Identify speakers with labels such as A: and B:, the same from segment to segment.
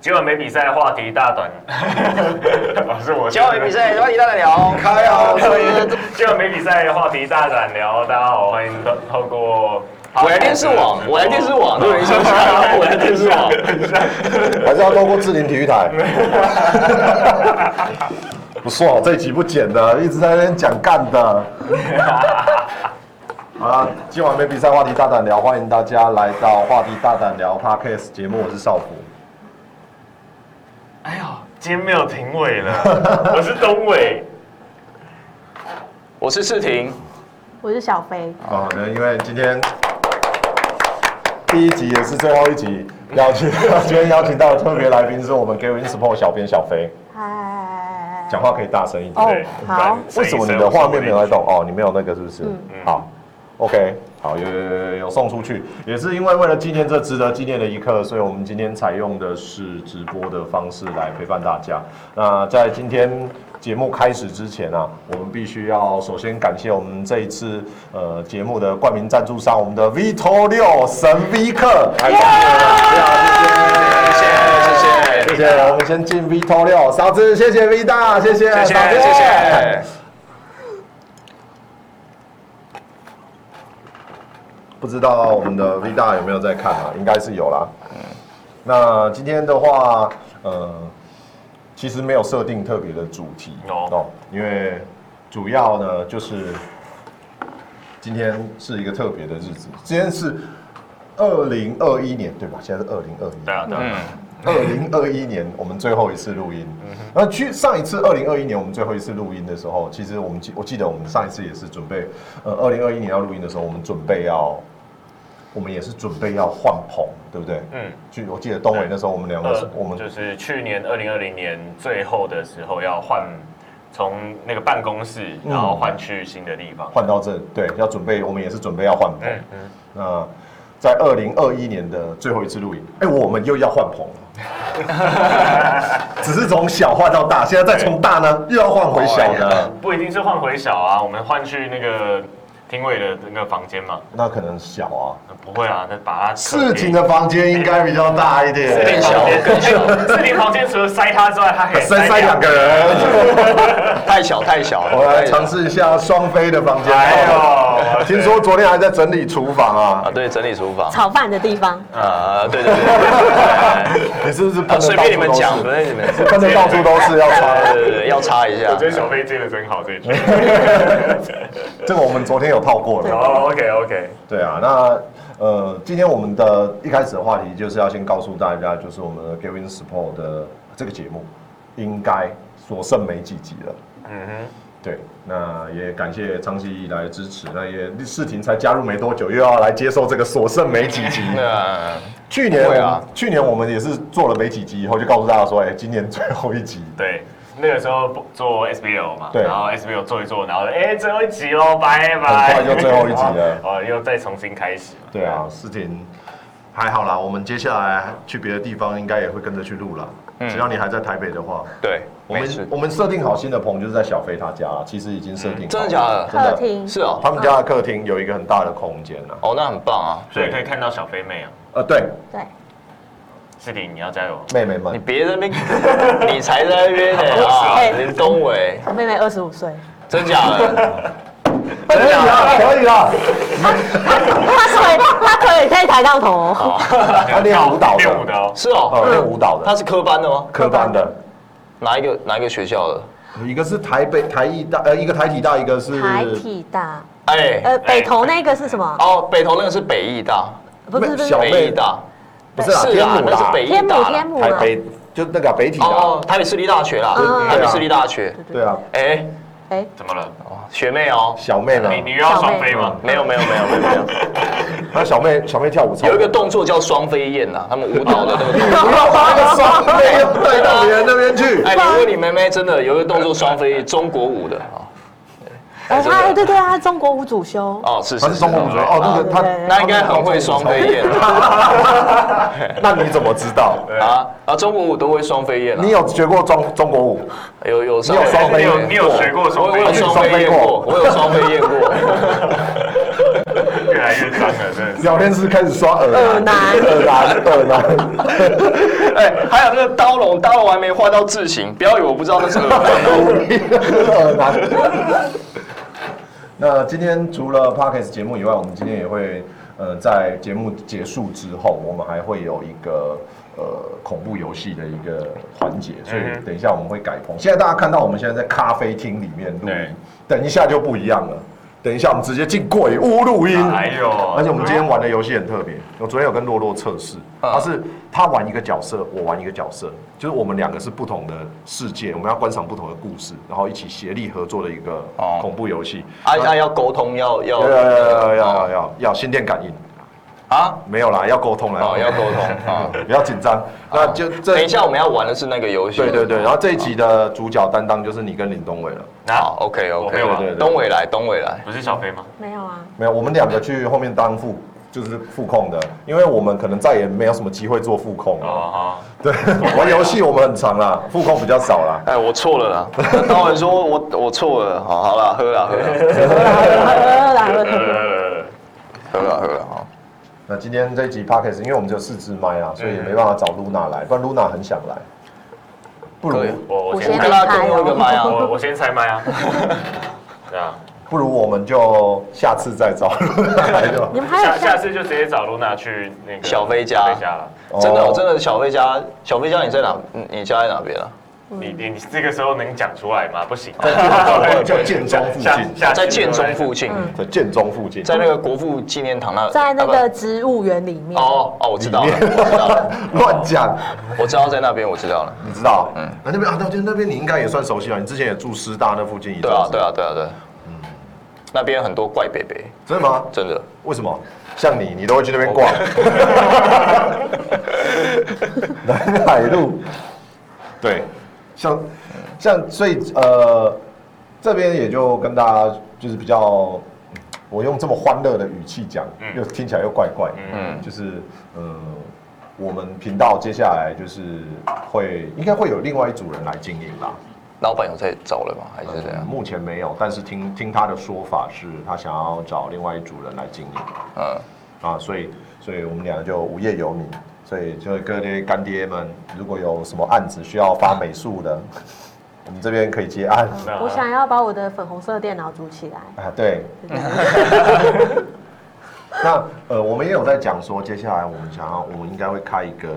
A: 结果没比赛，话题大 短。哦是 我。
B: 交友比 赛，话题大家聊，
C: 开啊！
A: 结果没比赛，话题大胆聊。大家好，欢迎透透过哦
B: 我来电视网，我来电视网，都有人说我来电视网。
C: 还是要透过志玲体育台。不错，这一集不剪的，一直在那边讲干的。好啦，今晚没比赛，话题大胆聊，欢迎大家来到话题大胆聊 Podcast 节目，我是少辅。
A: 哎呦，今天没有评委了， 我是东伟。
B: 我是世廷，
D: 我是小飞，
C: 哦，那因为今天第一集也是最后一集，邀请 今天邀请到的特别来宾是我们 g a r i n Support 小编小飞，
D: 嗨，
C: 讲话可以大声一点。
D: 哦
A: 对
D: 好
A: 不然
C: 为什么你的画面没有在动？哦，你没有那个是不是？好，OK，好，有有有有有送出去，也是因为为了纪念这值得纪念的一刻，所以我们今天采用的是直播的方式来陪伴大家。那在今天节目开始之前啊，我们必须要首先感谢我们这一次呃节目的冠名赞助商，我们的 Vito 六神 V 客，感谢
B: 谢谢
C: 谢谢，我们先进 Vito 六嫂子，谢谢 V 大，谢谢
B: 谢谢
C: 嫂子
B: 谢谢。
C: 不知道我们的 V 大有没有在看啊？应该是有啦。那今天的话，呃，其实没有设定特别的主题
A: 哦
C: 哦，因为主要呢就是今天是一个特别的日子，今天是二零二一年对吧？现在是二零二一
A: 对啊，对啊，
B: 嗯
C: 二零二一年我们最后一次录音，那去上一次二零二一年我们最后一次录音的时候，其实我们记我记得我们上一次也是准备，呃，二零二一年要录音的时候，我们准备要，我们也是准备要换棚，对不对？
A: 嗯。
C: 去我记得东伟那时候我们两个是
A: 呃，
C: 我们
A: 就是去年二零二零年最后的时候要换，从那个办公室，
C: 嗯
A: 然后换去新的地方。
C: 换到这，对，要准备我们也是准备要换棚。
A: 嗯 嗯，
C: 那在二零二一年的最后一次录影，哎、我们又要换棚了，只是从小换到大，现在再从大呢又要换回小的，
A: 不一定是换回小啊，我们换去那个庭委的那个房间嘛。
C: 那可能小啊。
A: 不会啊，那把它
C: 事情的房间应该比较大一
B: 变
C: 点，
B: 小
A: 更小。四零房间除了塞他之外，他还可以
C: 深塞两个人。
B: 太小太小，
C: 我来尝试一下双飞的房间。
A: 哎呦，
C: 听说昨天还在整理厨房
B: 啊，
C: 啊？
B: 对，整理厨房
D: 炒饭的地方，
B: 啊，对对对对对，
C: 你是不是
B: 啊
C: 喷
B: 随
C: 的到
B: 便你们
C: 处都
B: 讲，
C: 是？
B: 随便你们，
C: 喷的到处都是，要
B: 对
C: 穿。
B: 对对，要插一下
A: 我，觉得小飞接的真好这一句。
C: 这个我们昨天有套过了。
A: 哦，OK OK，
C: 对啊，那呃，今天我们的一开始的话题就是要先告诉大家，就是我们的 Giving Support 的这个节目应该所剩没几集了。
A: 嗯哼，
C: 对，那也感谢长期以来的支持。那也世婷才加入没多久，又要来接受这个所剩没几 集。
A: 啊
B: 那
C: 去年我
B: 对
C: 们、
B: 啊
C: 去年我们也是做了没几集以后，就告诉大家说，哎、今年最后一集。
A: 对。那个时候不做 SBL 嘛，
C: 对
A: 然后 SBL 做一做，然后哎、最后一集喽，拜拜，
C: 很快就哎最后一集了
A: 哦，又再重新开始嘛，
C: 对啊，世婷还好啦，我们接下来去别的地方应该也会跟着去录啦。
A: 嗯
C: 只要你还在台北的话，
B: 对，
C: 我
B: 没事
C: 们，我们设定好新的棚就是在小飞他家啦，其实已经设定好了、
B: 嗯真的假的？
C: 真的
D: 客厅
B: 是哦，
C: 他们家的客厅有一个很大的空间啊。
B: 哦，那很棒啊，
A: 所以可以看到小飞妹啊，
C: 呃，对，
D: 对，
A: 是的，你要加油，
C: 妹妹
B: 你
C: 们，
B: 别在那边，你才在那边呢啊，林东伟，
D: 我妹妹二十五岁，
B: 真假的？
C: 可以啦，可 以啦。
D: 她 腿她腿可以抬杠头哦，
C: 他练舞蹈
A: 练舞的
C: 的，
A: 哦，
B: 是哦，
C: 哦，练舞蹈
B: 他
C: 的，
B: 是科班的吗？
C: 科班的。
B: 哪一个哪一个学校的？
C: 一个是台北台艺大，呃，一个台体大，一个是
D: 台体大，
B: 哎，
D: 呃，北投那个是什么？
B: 哦，北投那个是北艺大，
D: 不是不是
C: 小
D: 不是
C: 北
B: 北艺大，
C: 不是啦，天母
B: 那是
C: 啦，
B: 北艺
D: 天母
B: 大
D: 天
B: 啦，
D: 母
C: 台
D: 啊，
C: 北就那个北体啦，
B: 哦，台北市立大学啦
D: 嗯嗯，
B: 台北市立大学，
C: 对啊，
B: 哎，
D: 哎，
A: 怎么了？
B: 学妹哦，
C: 小妹呢？
A: 你你又要双飞吗？
B: 没有没有没有没有没有，
C: 那小妹小妹跳舞 操，
B: 有一个动作叫双飞燕呐，他们舞蹈的那个动 作。
C: 不要把那个双妹又带到别人那边去。
B: 哎，你问你妹妹真的有一个动作双飞燕，中国舞的啊，
D: 哎
B: 真的
D: 她对对啊，她中国舞主修，
B: 哦是
C: 她
B: 是
C: 是中国舞者哦，那个她
B: 那应该很会双飞燕
C: 那你怎么知道？
B: 啊啊，中国舞都会双飞燕啊
C: 你，有学过中中国舞？
B: 有有
C: 你有双飞
A: 你
C: 燕
A: 有你有学过
B: 我
A: 双
B: 我
A: 飞
B: 有
A: 吗？
B: 双飞燕过，我有双飞燕过。
A: 原来越脏了，真的是。
C: 聊天室开始刷耳
D: 耳男
C: 耳男，耳男，
B: 哎，还有那个刀龙，刀龙还没画到字形，不要以为我不知道那是 耳环哦。
C: 耳男。 那今天除了 Parkes 节目以外，我们今天也会，呃，在节目结束之后，我们还会有一个呃恐怖游戏的一个环节，所以
A: 嗯哼
C: 等一下我们会改棚。现在大家看到我们现在在咖啡厅里面录
A: 对
C: 音，等一下就不一样了。等一下我们直接进鬼屋录
B: 嗯
C: 音。
A: 哎呦，
C: 而且我们今天玩的游戏很特别，我昨天有跟洛洛测试，
B: 嗯
C: 他是他玩一个角色，我玩一个角色，就是我们两个是不同的世界，我们要观赏不同的故事，然后一起协力合作的一个
B: 哦
C: 恐怖游戏。
B: 啊啊，要沟通，要要
C: 要要要要要要心电感应，
B: 啊，
C: 没有啦，要沟通啦，
B: 哦，要沟通啊。
C: 不要紧 张。那就这
B: 等一下我们哦要玩的是那个游戏。
C: 对对对，然后这一集的主角担当就是你跟林东伟了。
B: 好
A: 好，
B: ，OK
A: 我没有玩
B: OK，
C: 对对对
B: 东伟来，东伟来。
A: 不是小飞吗？
D: 没有啊，
C: 没有，我们两个去后面当副就是副控的，因为我们可能再也没有什么机会做副控了。
A: 哦，
C: 对， 玩游戏我们很长啦，副控比较少啦。
B: 哎，我错了 啦。刀文说我我错了，哦好好啦，喝啦喝啦
A: 好呃，
D: 来了
B: 喝啦喝啦，哦好。
C: 那今天这一集 p o d c a s 因为我们只有四支麦啊，所以也没办法找 Luna 来，不然 Luna 很想来。不如
B: 可以
A: 呃我我
D: 我
A: 先
D: 先
B: 跟
D: 离
B: 他沟
D: 开
B: 通一个麦啊
A: 我
D: 哦。
A: 我先拆麦啊，对啊，
C: 不如我们就下次再找 Luna 来就好。
D: 你们还
A: 下
D: 有
A: 下次就直接找露娜去那个
B: 小飞家
A: 小飞家了。
B: 真的，
C: 哦
B: 真的，小飞家，小飞家你在哪？你你家在哪边啊？
A: 你你你这个时候能讲出来吗？ 不行，
C: 叫建中附近
A: 下下
B: 在建中附近，
C: 在建中附近，
B: 在那个国父纪念堂那，
D: 嗯在那
B: 啊
D: 个植物园里
B: 不
D: 面，
B: 哦哦，我知道了，我知道了，
C: 乱讲，
B: 我知道在那边，我知道了。
C: 你知道？嗯，那那边啊，那边那边你应该也算熟悉啊，你之前也住师大那附近一
B: 对
C: 段
B: 啊
C: 时，嗯
B: 对
C: 间
B: 啊，对啊，对啊。那边很多怪北北，
C: 真的吗？
B: 真的。
C: 为什么？像你，你都会去那边逛。 南海路，对，像像所以呃，这边也就跟大家就是比较，我用这么欢乐的语气讲，又听起来又怪怪，嗯，就是呃，我们频道接下来就是会应该会有另外一组人来经营啦，
B: 老板有在找了吗？还是怎样？
C: 目前没有，但是听听他的说法是，他想要找另外一组人来经营
B: 嗯，
C: 啊，所以所以我们俩就无业游民，所以就各位干爹们，如果有什么案子需要发美术的， 我们这边可以接案
A: 那
D: 我想要把我的粉红色电脑组起来。
C: 啊，对。 那呃，我们也有在讲说，接下来我们想要，我们应该会开一个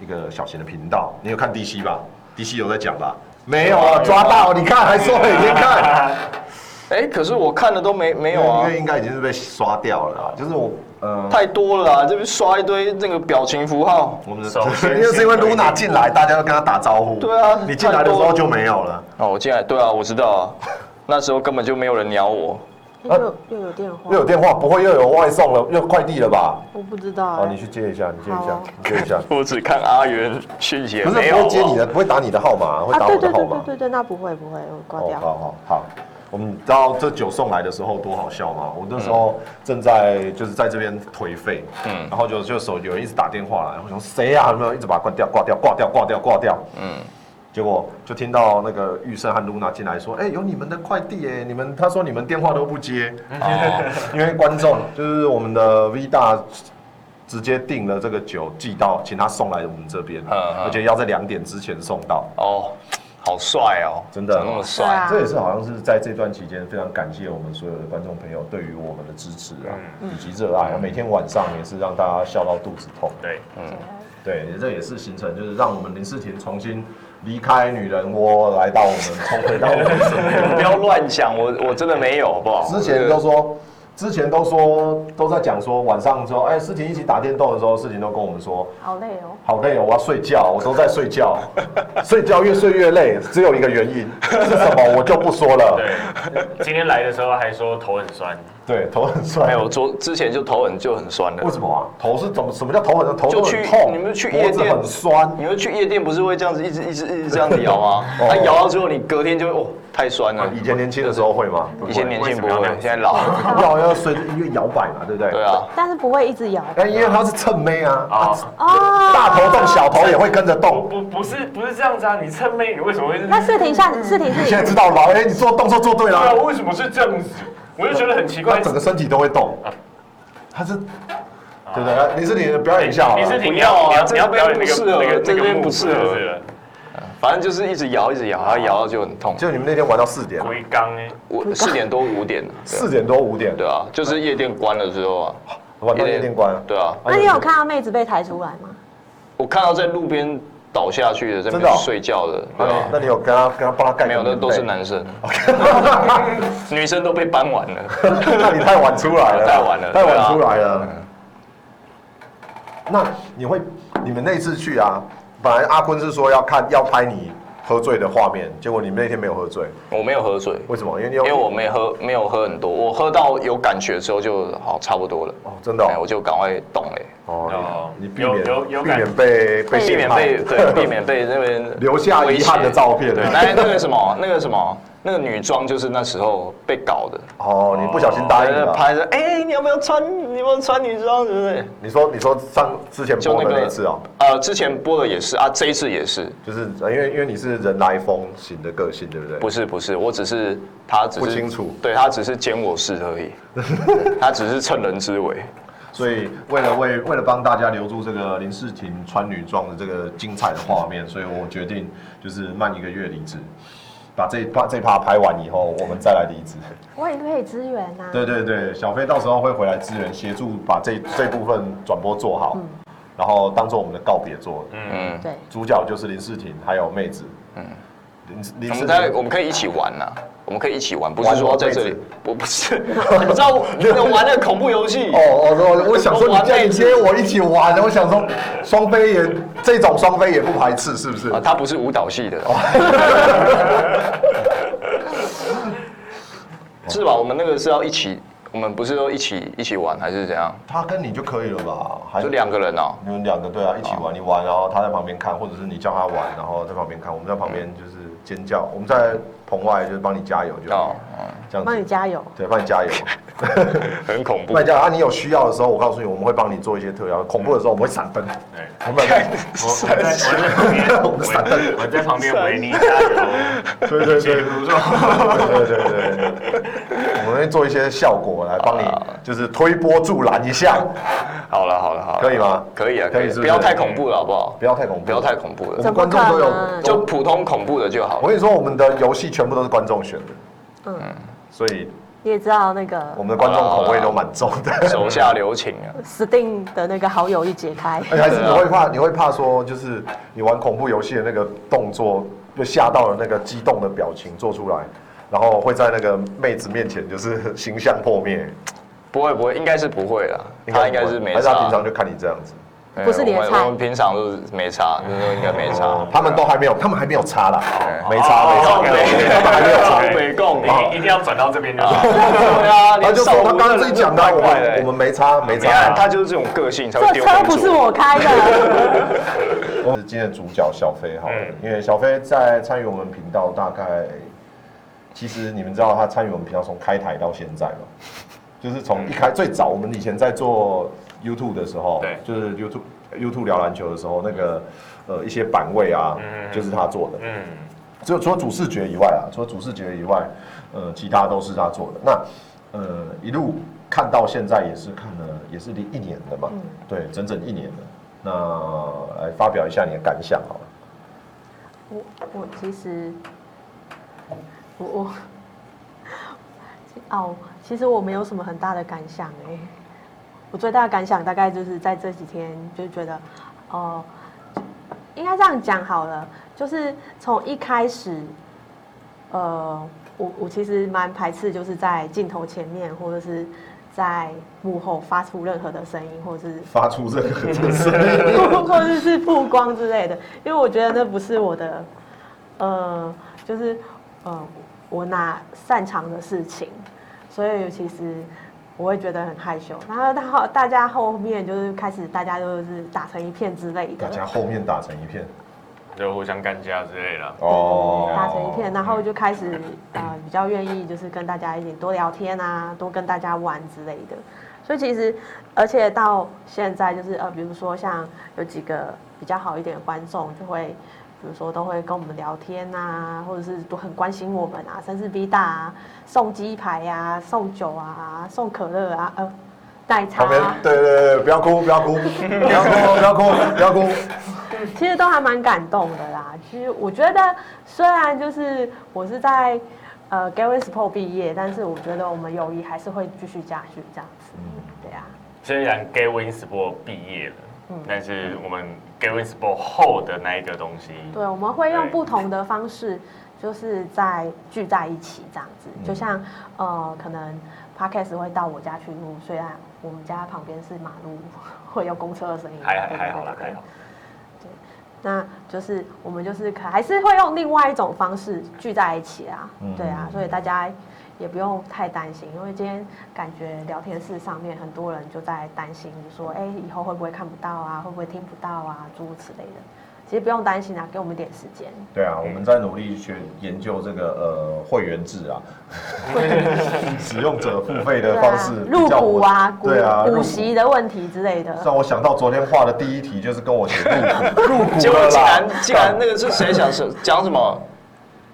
C: 一个小型的频道。你有看 DC 吧？DC 有在讲吧？没有啊，抓到！你看，还说给你看。
B: 哎，可是我看的都没没有
C: 因
B: 啊
C: 为，应该已经是被刷掉了啊，就是我呃，
B: 太多了啊，这边刷一堆那个表情符号。
C: 我们
A: 首 先
C: 因为是因为 Luna 进来，大家都跟他打招呼。
B: 对啊
C: 你进
B: 太
C: 来的时
B: 多
C: 候
B: 了
C: 就没有了。
B: 哦，我进来，对啊，我知道啊，那时候根本就没有人鸟我。
D: 又有又有电话
C: 啊又，有电话，不会又有外送了，又快递了吧？
D: 我不知道
C: 哦，
D: 哎
C: 你。去接一下，你接一
D: 好
C: 下
D: 啊，
C: 你接一下。
B: 我只看阿元讯息，
C: 不是
B: 没
C: 不
B: 有
C: 会接你
B: 啊
C: 的，不会打你的号码，会打
D: 对
C: 我
D: 对
C: 的
D: 对
C: 号
D: 啊对
C: 码。
D: 对对，那不会不会，我挂
C: 哦，好
D: 掉。
C: 好好，我们知道这酒送来的时候多好笑吗？我那时候
B: 嗯
C: 正在就是在这边颓废，嗯，然后就就手有人一直打电话来，我想谁呀、有没有一直把它挂掉挂掉挂掉挂掉挂掉，嗯。结果就听到那个玉胜和露娜进来说：“哎、有你们的快递耶！你们他说你们电话都不接，
B: 嗯哦
C: 因为观众就是我们的 V 大直接订了这个酒寄到，请他送来我们这边，
B: 嗯嗯
C: 而且要在两点之前送到。
B: 哦，好帅哦，
C: 真的
B: 长那么
D: 对
B: 帅
D: 啊，
C: 这也是好像是在这段期间非常感谢我们所有的观众朋友对于我们的支持啊，以及热爱啊。每天晚上也是让大家笑到肚子痛。
A: 对，
C: 对，这也是形成就是让我们林世廷重新离开女人窝，来到我们重回到我们身 边。
B: 不要乱讲，我我真的没有，好不好？
C: 之前都说，之前都说都在讲说晚上说，哎，世廷一起打电动的时候，世廷都跟我们说。
D: 好累哦。
C: 好累哦，我要睡觉，我都在睡觉，睡觉越睡越累，只有一个原因是什么，我就不说了。
A: 对，今天来的时候还说头很酸，
C: 对，头很酸。
B: 没有，昨之前就头很就很酸了
C: 为。什么啊？头是怎么？什么叫头很头
B: 就
C: 都
B: 去
C: 很痛？
B: 你们去夜
C: 脖子
B: 店
C: 很酸。
B: 你们去夜店不是会这样子一直一直一直这样子摇吗？
C: 哦
B: 它摇到最后，你隔天就会哦太酸了。
C: 以前年轻的时候会吗？
B: 以前年轻
A: 为什么
B: 不
A: 要
B: 会
A: 这，样
B: 现在老了。
C: 要要随着音乐啊摇摆嘛，对不对？
B: 对。啊，
D: 但是不会一直摇。
C: 哎，因为他是蹭妹啊，啊
A: 啊，
D: 哦，
C: 大头动，小头也会跟着
A: 不
C: 动。
A: 不不是不是这样子啊，你趁妹你为什么会是？
D: 那视频下视频
C: 现在
D: 是
C: 知道了吧？哎，你做动作做对
A: 对啊，
C: 了，
A: 为什么是这样子？我就觉得很奇怪
C: 他整，个身体都会动。他是，对不对？你是你的表演项好了，
A: 你是你
B: 不
A: 你要
B: 要啊
A: 你要
B: 这
A: 你要
B: 边
A: 表演那
B: 不
A: 个
B: 适合
A: 那个
B: 这
A: 那个
B: 边
A: 幕
B: 不适合
A: 是了，
B: 反正就是一直摇，一直摇，然后摇到就很痛。
C: 就你们那天玩到四点，
A: 龟缸哎，
B: 我四点多五点，对啊
C: 四点多五点，
B: 对啊，就是夜店关了之后啊，
C: 晚上夜店关了。
B: 对啊，
D: 那你有看到妹子被抬出来吗？
B: 我看到在路边倒下去的，在那
C: 真的哦
B: 边睡觉的，
C: 那
B: 对
C: 你
B: 啊，
C: 那你有跟他跟他帮他盖？
B: 没有，那都是。男生， 女生都被搬完了。
C: 那你 太晚出来了，
B: 太晚了
C: 太
B: 对啊
C: 晚出来了。那你会，你们那次去啊，本来阿坤是说要看要拍你喝醉的画面，结果你们那天没有喝醉，
B: 我没有喝水，
C: 为什么？因为你
B: 因
C: 有
B: 为我没喝，没有喝很多，我喝到有感觉之后就好差不多了，
C: 哦，真的
B: 哎，我
C: 哦，
B: 就赶快动嘞，
C: 哦你你避
A: 有
C: 免
A: 有有
C: 避
A: 感
C: 免被被
B: 避免
C: 陷害
B: 被对，避免被那边
C: 留下遗憾的照片
B: 威胁对，那那个什么，那个什么，那个女装就是那时候被搞的，
C: 哦，你不小心答应
B: 在那
C: 了。
B: 拍着，哎，你要不要穿？你要不要穿女装？对不对？
C: 你说你说上之前
B: 就
C: 播
B: 那
C: 的
B: 个
C: 那次哦，
B: 呃，之前播的也是啊，这一次也是，
C: 就是呃因为因为你是人来疯型的个性，对不对？
B: 不是不是，我只是他只是
C: 不清楚
B: 对他只是兼我事 而已，他只是趁人之危。
C: 所以为了为为了帮大家留住这个林世婷穿女装的这个精彩的画面，所以我决定就是慢一个月离职，把这把这趴拍完以后，我们再来离职。
D: 我也可以支援啊呐。
C: 对对对，小飞到时候会回来支援，协助把这这部分转播做好，然后当做我们的告别作。
B: 嗯，
D: 对，
C: 主角就是林世婷，还有妹子。嗯，林林
B: 我
C: 世
B: 们在我
C: 婷。
B: 们可以一起玩呐、我们可以一起玩，不是
C: 玩
B: 说
C: 我
B: 在
C: 妹子
B: 这里，我不是， 你知道我那玩那个恐怖游戏
C: 哦，哦，我我想说
B: 我玩
C: 你叫你
B: 妹子
C: 接我一起玩，我想说双飞也这种双飞也不排斥，是不是？
B: 啊，他不是舞蹈 系的，是吧？我们那个是要一起，我们不是说一起一起玩还是怎样？
C: 他跟你就可以了吧？还
B: 就两个哦人哦、
C: 你们两个对啊，一起玩，你玩，然后他在旁边看，或者是你叫他玩，然后在旁边看，我们在旁边就是尖叫，我们在棚外就是帮你加油，就
B: 哦，
C: 这样
D: 帮你
C: 子，
D: 加油。
C: 对，帮你 加油，
B: 很恐怖
C: 帮。你加油啊！你有需要的时候，我告诉你，我们会帮你做一些特效，恐怖的时候我们会闪灯，
A: 对。
C: 我们
A: 我我在我在旁边，我在旁边维尼加油。
C: 对 对对，不错，对对对对，我们会做一些效果来帮你，
B: 哦
C: 就是推波助澜一下，
B: 好了好了好了，
C: 可以吗
B: 可以啊，
C: 可以
B: 可以，
C: 是不是
B: 不要太恐怖了好不好？
C: 不要太恐怖，
B: 不要太恐怖
C: 我
B: 了，
C: 们观众都
D: 怎么可
C: 有
D: 能啊
B: 就普通恐怖的就好
C: 我
B: 了。
C: 跟你说，我们的游戏全部都是观众选的，
D: 嗯，
C: 所以
D: 你也知道那
C: 我
D: 个
C: 们的观众口味都蛮重的。
B: 手下留情啊，
D: Steam 的那个好友一解开，
C: 而且还是你会怕，你会怕说，就是你玩恐怖游戏的那个动作，就吓到了那个激动的表情做出来，然后会在那个妹子面前就是 形象破灭。
B: 不会不会，应该是不会啦，他应该是没
C: 还是他
B: 差
C: 平。常就看你这样子。
B: 哎
D: 不是你的
B: 我们
D: 菜
B: 我们平常都是没差，就是应该没差
C: 哦。他们都还没有，他们还没有差啦，
B: 啊对哦
C: 没差没差，他们还没有差。
B: 北共
A: 一一定要转到这边就好。
B: 对啊，
C: 他就说他刚刚自己讲的啊，我
B: 怪的
C: 们我们没差没
B: 你看
C: 差。
B: 他就是这种个性才会
D: 这
B: 丢
D: 车
B: 工
D: 不是
B: 作。
D: 我开 的，
C: 我们是今天的主角小飞好了
A: 嗯
C: 因为小飞在参与我们频道大概，其实你们知道他参与我们频道从开台到现在嘛， 就是从一开最早我们以前在做 YouTube 的时候，
A: 对
C: 就是 YouTube YouTube 聊篮球的时候，那个呃一些版位啊，就是他做的。
A: 嗯，
C: 只有除了主视觉以外啊，除了主视觉以外，呃，其他都是他做的。那呃，一路看到现在也是看了，也是一年了
D: 嗯
C: 嘛，对，整整一年了。那来发表一下你的感想好了。
D: 我我其实我我哦，其实我没有什么很大的感想哎、我最大的感想大概就是在这几天就觉得哦，应该这样讲好了，就是从一开始，呃，我我其实蛮排斥就是在镜头前面或者是在幕后发出任何的声音，或者是
C: 发出 这个这个声 音，
D: 或者是曝光之类的，因为我觉得那不是我的，呃，就是呃，我哪擅长的事情，所以其实我会觉得很害羞。然后到大家后面就是开始大家就是打成一片之类
C: 大
D: 的，
C: 家后面打成一片
A: 就互相干架之类的。
C: 哦
D: 打成一片，然后就开始呃比较愿意就是跟大家一起多聊天啊，多跟大家玩之类的。所以其实，而且到现在就是呃，比如说像有几个比较好一点的观众就会。比如说，都会跟我们聊天啊，或者是都很关心我们啊，甚至逼大啊，送鸡排啊，送酒啊，送可乐啊，呃，奶
C: 旁
D: 茶
C: 边
D: 啊，
C: 对对对对，不要哭，不要哭，不 要哭，不要哭，不要哭。
D: 其实都还蛮感动的啦。其实我觉得，虽然就是我是在呃 Gary Sport 毕业，但是我觉得我们友谊还是会继续下去这样子。
A: 嗯
D: 对啊，
A: 虽然 Gay Winsport 毕业了，但是我们 Gay Winsport 后的那一个东西，
D: 对，啊我们会用
A: 对
D: 不同的方式，就是在聚在一起这样子。
A: 嗯
D: 就像呃，可能 Podcast 会到我家去录，虽然我们家旁边是马路，会有公车的声音，啊
A: 还还
D: 对
A: 还好啦，
D: 对对
A: 还好。
D: 那就是我们就是可还是会用另外一种方式聚在一起啊，对啊，所以大家也不用太担心，因为今天感觉聊天室上面很多人就在担心说，哎、以后会不会看不到啊，会不会听不到啊，诸如此类的。其实不用担心啊，给我们一点时间。
C: 对啊，我们在努力学研究这个呃会员制啊， 使用者付费的方式，
D: 入
C: 比较
D: 股啊，股
C: 对啊，入
D: 股
C: 股
D: 息的问题之类的。
C: 让我想到昨天画的第一题就是跟我写 入股，入股
B: 结果
C: 了
B: 竟然
C: 啦
B: 竟然那个是谁讲什讲什么？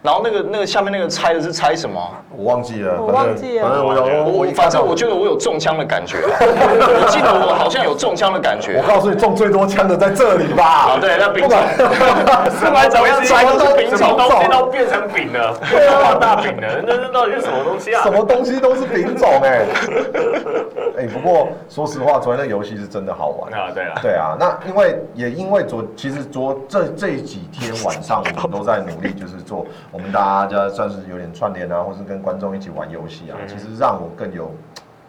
B: 然后那个那个下面那个猜的是猜什么？
C: 我忘记了，
D: 我
C: 反正
D: 忘记了
C: 反正我想说
B: 我
C: 一
B: 反
C: 看
B: 正
C: 到
B: 我觉得我有中枪的感觉，我记得我好像有中枪的感觉
C: 我。告诉你中最多枪的在这里吧，
B: 啊，对，那冰
C: 不
B: 种
C: 管
B: 不管怎么样猜都是冰
A: 什
B: 种
A: 么东西都变成饼了，变成画大饼了，那那到底是什么东西啊？
C: 什么东西都是品种哎，哎，不过说实话，昨天那游戏是真的好玩。
A: 啊？对了，
C: 对啊，那因为也因为昨其实昨这这几天晚上我们都在努力，就是做我们大家算是有点串联啊，或是跟观众一起玩游戏啊，其实让我更有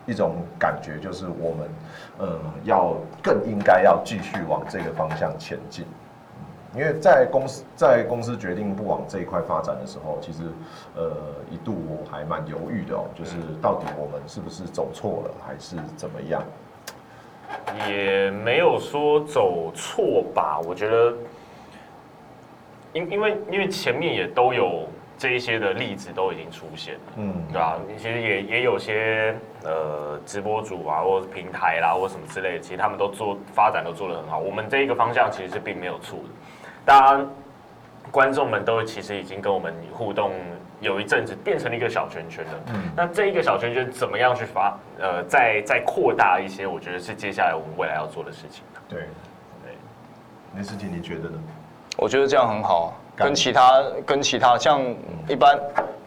C: 一种感觉，就是我们呃要更应该要继续往这个方向前进。嗯因为在公司在公司决定不往这一块发展的时候，其实呃一度我还蛮犹豫的哦，就是到底我们是不是走错了，还是怎么样？
A: 也没有说走错吧，我觉得，因因为因为前面也都有这一些的例子都已经出现了，
C: 嗯，
A: 对吧、其实也也有些呃直播主啊，或者是平台啦，或什么之类的，其实他们都做发展都做得很好。我们这一个方向其实是并没有错的，当然观众们都其实已经跟我们互动有一阵子，变成了一个小圈圈了。那这一个小圈圈怎么样去发呃再再扩大一些？我觉得是接下来我们未来要做的事情。
C: 对，
A: 对，
C: 林思婷，你觉得呢？
B: 我觉得这样很好，
C: 干
B: 跟其他跟其他像一般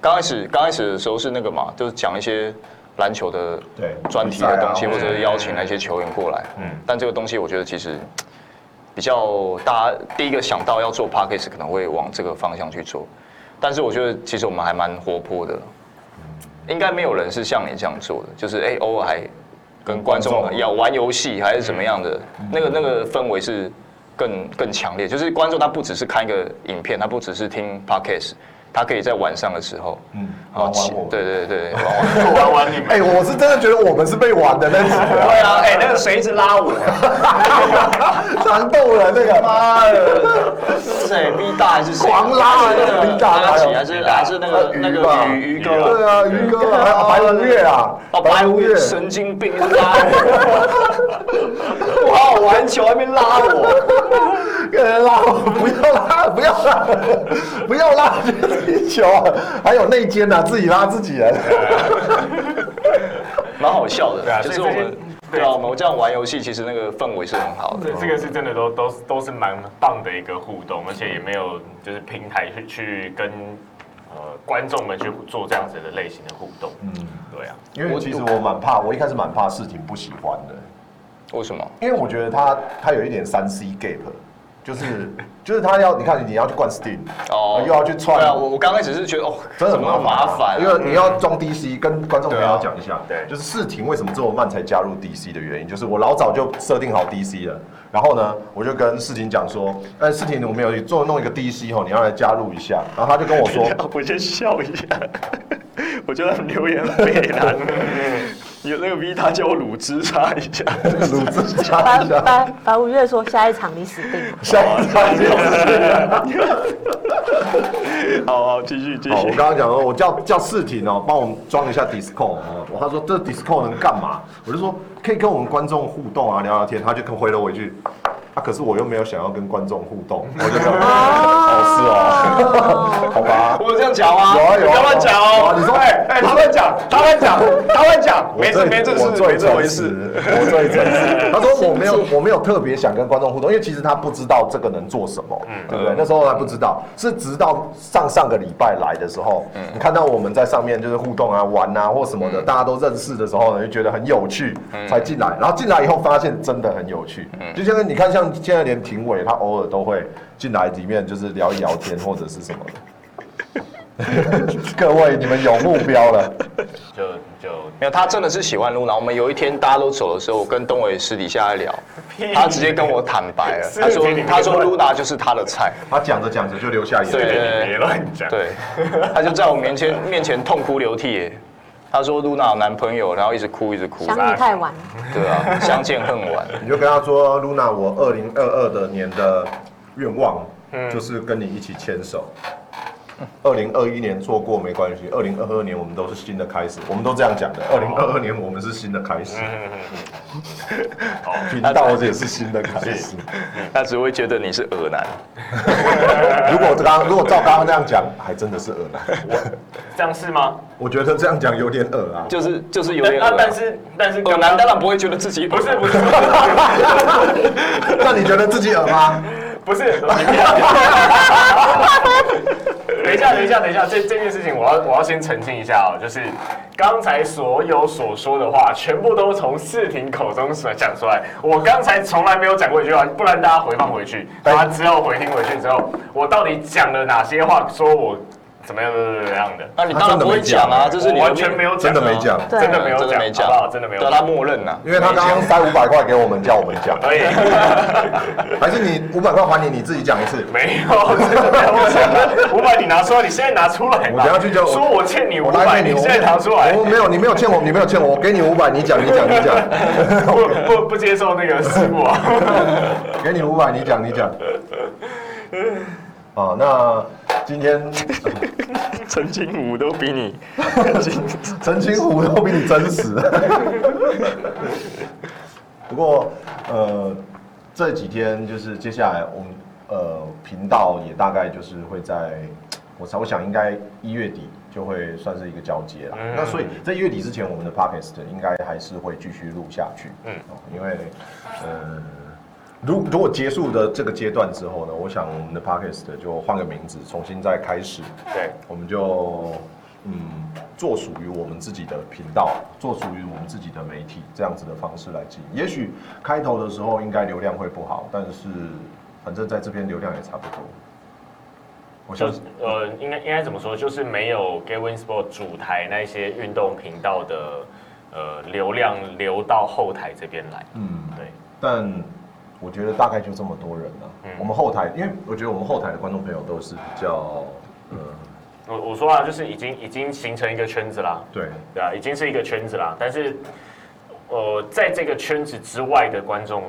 B: 刚开始刚开始的时候是那个嘛，就是讲一些篮球的
C: 对
B: 专题的东西，
C: 比赛
B: 或
C: 啊
B: 者是邀请那些球员过来。嗯，但这个东西我觉得其实比较大家第一个想到要做 p a c k a g e 可能会往这个方向去做，但是我觉得其实我们还蛮活泼的，应该没有人是像你这样做的，就是哎、偶尔还跟观众
C: 观众
B: 要玩游戏还是怎么样的，
C: 嗯
B: 那个那个氛围是更更强烈，就是观众他不只是看一个影片，他不只是听 podcast，他可以在晚上的时候，
C: 嗯，
B: 然后
C: 玩玩
B: 起
C: 我们
B: 对对对，玩玩。
A: 玩玩你们，
C: 哎、我是真的觉得我们是被玩的那几 个，
B: 对啊，哎、那个谁一直拉我、
C: 蚕豆人那个，
B: 妈的，是谁？B 大还是谁？
C: 狂拉啊那个 B 大
B: 阿奇还是还是那个那个鱼鱼哥？
C: 对啊，鱼哥还有白无月啊，
B: 哦，白无月 神经病，拉我！我好好玩球，还没拉我。
C: 给人拉我，不要拉，不要拉，不要拉地球啊，还有内奸呐、啊，自己拉自己人，
B: 蛮好笑的，
A: 对啊
B: 就是
A: 所
B: 我
A: 以这些
B: 们
A: 对
B: 对啊，我们这样玩游戏，其实那个氛围是很好的
A: 这。这个是真的都都是都是蛮棒的一个互动，而且也没有就是平台去去跟呃观众们去做这样子的类型的互动。嗯，对啊，
C: 因为其实我蛮怕，我一开始蛮怕事情不喜欢的。
B: 为什么？
C: 因为我觉得他他有一点三 C gap，就是就是他要你看你要去灌 Steam，
B: 哦
C: 又要去串
B: 对啊，我我刚开始是觉得哦，
C: 真的
B: 怎
C: 很
B: 么那么
C: 麻
B: 麻
C: 烦、
B: 烦啊？
C: 因为你要装 DC，跟观众朋友讲一下，
A: 对啊对
C: 就是事情为什么这么慢才加入 DC 的原因，就是我老早就设定好 DC 了，然后呢，我就跟事情讲说，哎，事情我们有做弄一个 DC 吼，你要来加入一下，然后他就跟我 说，
B: 啊我先笑一下， 我觉得他们留言背 难。
C: 嗯
B: 有那个 V 他叫我卤汁擦一 下，
C: 鲁智加
D: 白
C: 一下，
D: 白白五月说下一场你死定 了，
C: 下一下一
B: 好好继续继
C: 哦，我刚刚讲说，我叫叫世婷哦，帮我们装一下 Discord 哦。我他说这 Discord 能干嘛？我就说可以跟我们观众互动啊，聊聊天。他就跟回了我一句，啊，
B: 啊
C: 可是我又没有想要跟观众互动，我就说哦是哦，好吧，
B: 我有这样讲吗？
C: 有啊有啊
B: 不要乱讲
C: 有啊
B: 哦。
C: 你说
B: 哎哎，他乱讲，他乱 讲，他乱讲，没这没这事
C: 我，最
B: 没这回
C: 诚
B: 事
C: 实。我最 诚实。他说我没有，我没有特别想跟观众互动，因为其实他不知道这个能做什么，
B: 嗯
C: 对不对？那时候还不知道，是直到上上个礼拜来的时候，
B: 嗯
C: 你看到我们在上面就是互动啊、玩啊或什么的，大家都认识的时候呢，就觉得很有趣，
B: 嗯
C: 才进来。然后进来以后发现真的很有趣，就像你看，像现在连评委他偶尔都会进来里面就是聊一聊天或者是什么的。 各位，你们有目标了。
A: 就就
B: 没有，他真的是喜欢撸。然后我们有一天大家都走的时候，我跟东伟私底下在聊， 他直接跟我坦白 了，
A: 私
B: 他说
A: 底下
B: 他说露娜就是他的菜，
C: 他讲着讲着就流下眼
B: 对
C: 泪。
A: 你 别乱讲。
B: 对，他就在我面前面前痛哭流涕耶。他说露娜有男朋友，然后一直哭一直哭，
D: 想你太晚，
B: 对啊，相见恨晚。
C: 你就跟他说，Luna，我二零二二的年的愿望就是跟你一起牵手。二零二一年做过没关系，二零二二年我们都是新的开始，我们都这样讲的。二零二二年我们是新的开始， 频道也是新的开始。
B: 他只会觉得你是恶男。
C: 如果刚如果照刚刚那样讲，还真的是恶男。
A: 这样是吗？
C: 我觉得这样讲有点恶啊。
B: 就是就是有
A: 但
B: 点
A: 啊
B: 恶，
A: 但是但是
B: 恶
A: 刚
B: 男
A: 刚
B: 当然不会觉得自己
A: 不是不是
C: 那你觉得自己恶吗？
A: 不是，你不要 等一下等一下等一下，这这件事情我要我要先澄清一下哦，就是刚才所有所说的话，全部都从世婷口中所讲出来。我刚才从来没有讲过一句话，不然大家回放回去，大家之后回听回去之后，我到底讲了哪些话，说我怎么样怎么样怎么样的，
B: 那你当然不会讲啊，这是
A: 我
B: 你嗯
A: 完全没有讲，啊
C: 真的没讲
D: 对
A: 真的没有
B: 真的没
A: 讲，
B: 讲，
A: 好不好？真的没有
B: 对啊
A: 讲，
B: 他默认呐。
C: 因为他刚刚塞五百块给我们，叫我们讲，
A: 可以。
C: 还是你五百块还你，你自己讲一次。
A: 没有，真的没有钱。五百你拿出来，你现在拿出来吧。
C: 我等下去就
A: 说我欠你五
C: 我来
A: 百，
C: 给
A: 你
C: 你，
A: 现在拿出来
C: 我。没有，你没有欠我，你没有欠我，我给你五百，你讲，你讲，你 讲，
A: 不不不接受那个失误啊！
C: 给你五百，你讲，你讲。啊，那今天
B: 陈金武都比你，
C: 陈清湖都比你真实。不过，呃，这几天就是接下来我们呃频道也大概就是会在，我猜我想应该一月底就会算是一个交接了。那所以在一月底之前，我们的 podcast 应该还是会继续录下去。嗯，因为呃。如如果结束的这个阶段之后呢，我想我们的 podcast 就换个名字，重新再开始。
A: 对，
C: 我们就嗯做属于我们自己的频道，做属于我们自己的媒体，这样子的方式来经营。也许开头的时候应该流量会不好，但是反正在这边流量也差不多。我
A: 就
C: 相
A: 是
C: 信
A: 呃，应该应该怎么说？就是没有 Gavin Sport 主台那些运动频道的呃流量流到后台这边来。
C: 嗯，
A: 对，
C: 但我觉得大概就这么多人了、
A: 嗯
C: 我们后台，因为我觉得我们后台的观众朋友都是比较呃
A: 我我说啊，就是已经已经形成一个圈子啦。
C: 对。
A: 对啊，已经是一个圈子啦。但是，呃，在这个圈子之外的观众，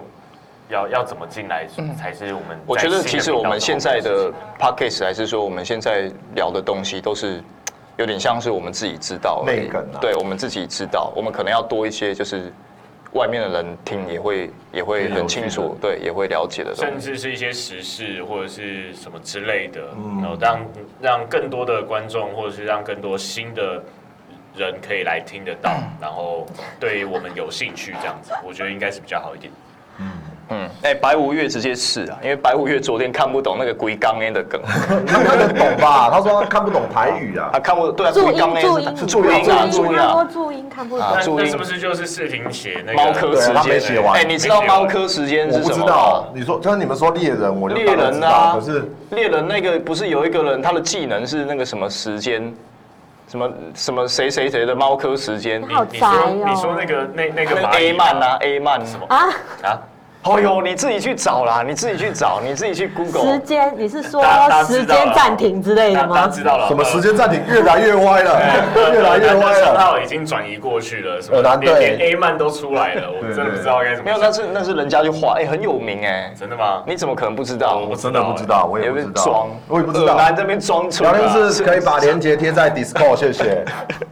A: 要要怎么进来，才是我们在
B: 我觉得
A: 新的
B: 其实
A: 频道
B: 我们
A: 上
B: 现在
A: 做
B: 的嗯 podcast 还是说我们现在聊的东西都是。有点像是我们自己知道而已
C: 内梗啊
B: 对我们自己知道，我们可能要多一些，就是外面的人听也会也会很清
C: 有趣
B: 楚，对，也会了解的东西
A: 甚。至是一些时事或者是什么之类的，
B: 嗯
A: 然后让让更多的观众或者是让更多新的人可以来听得到，
B: 嗯
A: 然后对我们有兴趣这样子，我觉得应该是比较好一点。
B: 嗯，哎、白五月直接是啊，因为白五月昨天看不懂那个龟缸 A 的梗，
C: 他看得懂吧？他说他看不懂台语啊
B: 他。看不对啊，
D: 注
B: 龟
D: 音
B: 缸 A
D: 注音
B: 是注音啊，注
D: 注
B: 音
D: 音，他说
B: 啊，
D: 注音看不懂
B: 啊。
A: 那
B: 注
A: 那
B: 音
A: 是不是就是视频写那个
B: 猫科
C: 对啊
B: 时
C: 他没
B: 间
C: 写完
B: 哎、你知道猫科时间
C: 我
B: 是
C: 不
B: 什
C: 知
B: 么
C: 道
B: 吗？，
C: 你说就是你们说猎人，我就
B: 猎
C: 大概知
B: 人
C: 道
B: 啊
C: 可是，
B: 猎人那个不是有一个人他的技能是那个什么时间，什么什么谁谁谁的猫科时间，
A: 你
D: 好
A: 你
D: 宅
A: 说
D: 哦
A: 你说那个那那
B: 那
A: 个
B: 个
A: 蚂
B: A
A: 蚁
B: 曼啊
C: 哎
B: A 曼什么？
D: 啊，
A: 啊，
B: 哦呦，你自己去找啦，你自己去找，你自己去
D: 时
B: Google。
D: 间，你是说
A: 大大家
D: 时
A: 知道了
D: 间暂停之类
A: 大
D: 的
A: 大家
D: 吗？
A: 知道了
C: 什么时间暂停越来越歪了， 越来越
A: 呃
C: 歪
A: 称
C: 了。
A: 号已经转移过去了，什么
C: 呃难
A: 连
C: 对
A: 连 A 曼都出来 了，我
C: 对
A: 真的
C: 对
A: 不知道该怎
B: 没
A: 么
B: 有，
A: 想。
B: 那是那是人家就画，哎、很有名哎、
A: 真的吗？
B: 你怎么可能不知道？
A: 我
C: 我真的不知道，我也
B: 有
C: 不
B: 没
C: 知
B: 有
C: 道，
B: 装？呃
C: 我也不知道。
B: 男这边装出来。
C: 聊天室可以把链接贴在 Discord，谢谢。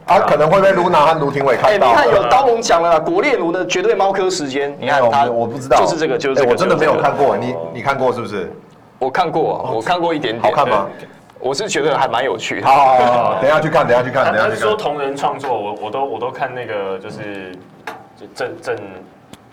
C: 啊，可能会被露娜和卢廷伟
B: 哎、
C: 看
B: 你
C: 到。
B: 看有刀龙讲了啦，国猎奴的绝对猫科时间，你
C: 没
B: 看
C: 有，
B: 他，
C: 我我不知道，
B: 就是这个，就是这
C: 哎
B: 个，
C: 我真的
B: 就是这
C: 没
B: 个
C: 有看，过，你你看过是不是？
A: 欸
B: 我看过，我看过一点点，
C: 好看吗？
B: 我是觉得还蛮有趣的。
C: 好好好好，等一下去看，等一下去看，
A: 他
C: 等一
A: 他
C: 下
A: 是
C: 去
A: 说
C: 看。
A: 同人创作，我我都我都看那个就是就正正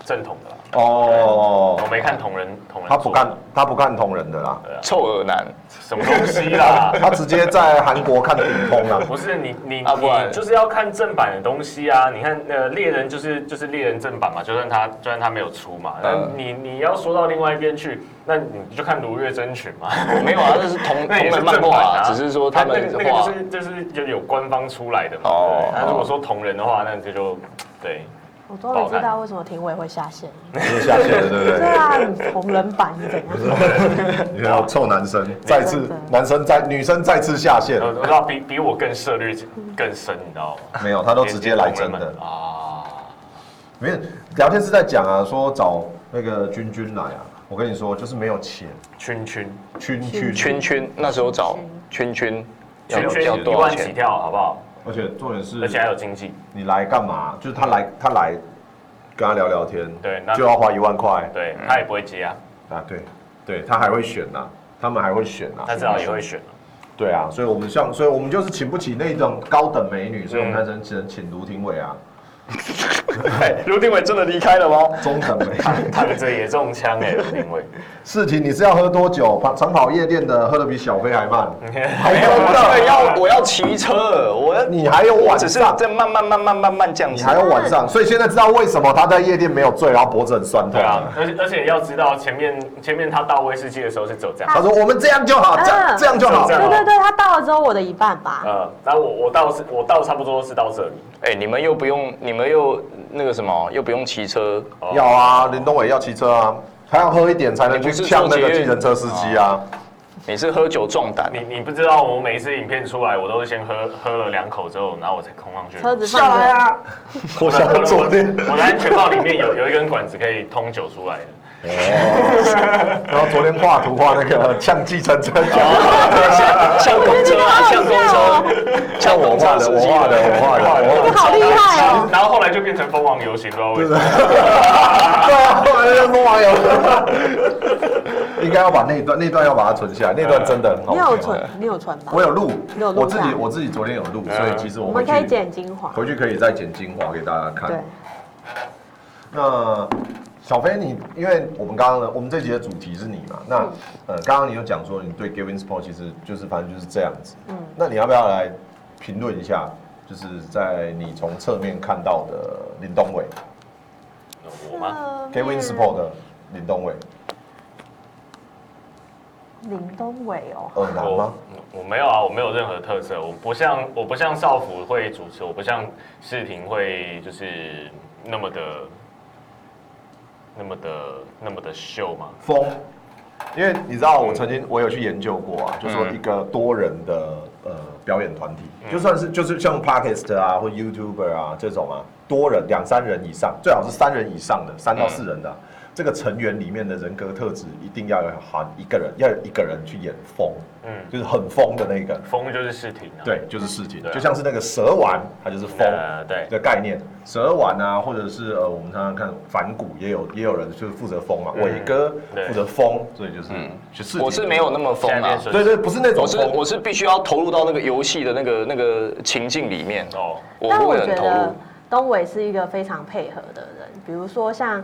A: 正统的啦，
C: 哦
A: 我，没看同人同人。
C: 他不看，他不看同人的啦，
B: 臭耳男，
A: 什么东西 啦？
C: 他直接在韩国看顶峰 啊。
A: 不是你你
B: 啊不然
A: 你就是要看正版的东西啊！你看呃猎人就是就是猎人正版嘛，就算他就算他没有出嘛，那
B: 嗯
A: 你你要说到另外一边去，那你就看如月真群嘛。
B: 没有啊，那是同
A: 那
B: 同
A: 也是正
B: 人
A: 版
B: 漫画啊，
A: 啊，
B: 只是说他们
A: 那个那
B: 画
A: 个就是就是就有官方出来的嘛。
B: 哦
A: 哦，那如
B: 哦
A: 果说同人的话，那这就对。
D: 我终于知道为什么评委会下线。
C: 你下线了，对不
D: 对
C: 对？
D: 啊，你同人版是怎样？
C: 你看到臭男生再次
D: 真的，
C: 男生再女生再次下线
A: 我，我知道比比我更涉猎更深，你知道吗？
C: 没有，他都直接来真的。
A: 啊！
C: 没有，聊天是在讲啊，说找那个君君来啊。我跟你说，就是没有钱，
A: 圈圈
C: 君君
B: 圈圈，那时候找圈圈要
A: 圈圈
B: 要
A: 一
B: 多少
A: 万起
B: 钱？嗯
A: 跳，好不好？
C: 而且重点是
A: 而，且还有经济，
C: 你来干嘛？就是他来，他来跟他聊聊天，
A: 对那
C: 就要花一万块
A: 对
B: 嗯
A: 他也不会接啊，
C: 啊，对，对他还会选呐、他们还会选呐、
A: 他至少也会 选啊。
C: 对啊，所以我们像，所以我们就是请不起那种高等美女，所以我们才能只能请卢廷伟啊，
B: 刘定伟真的离开了吗？
C: 中等美女。
A: 躺着也中枪哎，林 定伟，
C: 事情你是要喝多久？跑长跑夜店的喝的比小飞还慢，
B: 没有，我当然要我要骑车，我要
C: 你还有
B: 我
C: 晚
B: 只是
C: 上，
B: 在慢慢慢慢慢慢这样
C: 你
B: 子。
C: 还有晚上，所以现在知道为什么他在夜店没有醉，然后脖子很酸痛
A: 对啊
C: 了。，
A: 而且而且要知道前面前面他到威士忌的时候是走这样，
C: 他说我们这样就好，这样
D: 嗯
C: 这样就好
A: 这。样
D: 对对对，他到了之后我的一半吧。
A: 呃，然后我我到是我到差不多是到这里，
B: 哎、你们又不用，你们又那个什么，又不用骑车，
A: 哦
C: 要啊，林东伟要骑车啊，他要喝一点才能
B: 你
C: 去
B: 不是
C: 呛那
B: 坐
C: 个
B: 捷运
C: 计程车司机啊。
B: 你是喝酒壮胆
A: 你，你不知道，我每一次影片出来，我都是先喝喝了两口之后，然后我才空上去。
D: 车子放着，
C: 啊！我想要坐那，
A: 我的安全帽里面有 有一根管子可以通酒出来的。
C: 然后昨天画图画那个呛计程车，
B: 哦像像公车啊，像公车，
C: 像
B: 像
C: 我
B: 公车
C: 画的，
B: 司
C: 我
B: 机
C: 画的，我画的，我画
D: 你
C: 的。
D: 好厉害
A: 然
D: 哦
A: 后！然后后来就变成蜂王游行，不知道为什么。
C: 对啊，后来就弄网友。 应该要把那一段那一段要把它存下来，那段真的很好
D: 你
C: 听。啊
D: 有存，你有存吧
C: 哦我？有录
D: 你有，录
C: 我自己
D: 下来
C: 我自己昨天有录，所以其实我
D: 我
C: 回
D: 们
C: 去
D: 可以剪精华。
C: 回去可以再剪精华给大家看。
D: 对，
C: 那小飞你，因为我们刚刚的我们这集的主题是你嘛，那、
D: 嗯
C: 呃，刚刚你有讲说你对 Giving Sport 其实就是反正就是这样子，嗯，那你要不要来评论一下？就是在你从侧面看到的林东伟
A: 我吗？
D: 呃嗯
C: ，Giving Sport 的林东伟，
D: 林东伟哦，
C: 耳男吗
A: 我？我没有啊，我没有任何特色，我不像我不像少辅会主持，我不像世廷会就是那么的那么的那么的秀嘛。
C: 风，因为你知道，
A: 嗯
C: 我曾经我有去研究过啊，就说一个多人的呃表演团体，
A: 嗯
C: 就算是就是像 Podcast 啊或 YouTuber 啊这种啊，多人两三人以上，最好是三人以上的，三到四人的
A: 嗯
C: 啊、这个成员里面的人格特质一定要有含一个人，要有一个人去演疯，嗯
A: 嗯，
C: 就是很疯的那个，
A: 风就是世廷啊。
C: 对，就是事情，
A: 对啊
C: 就像是那个蛇丸，它就是疯
A: 呃对
C: 的概念。蛇丸啊，或者是呃，我们常常看反骨也有也有人就是负责疯嘛，
A: 嗯
C: 伟哥
A: 对
C: 负责疯，所以就是去事情。
B: 嗯我是没有那么疯
A: 现在
B: 啊
A: 变，顺
C: 对对，不是那种
B: 我是
C: 疯，
B: 我是必须要投入到那个游戏的那个那个情境里面，
A: 哦，
B: 我
D: 但
B: 不
D: 我
B: 会
D: 觉
B: 很投入
D: 得。东伟是一个非常配合的人，比如说像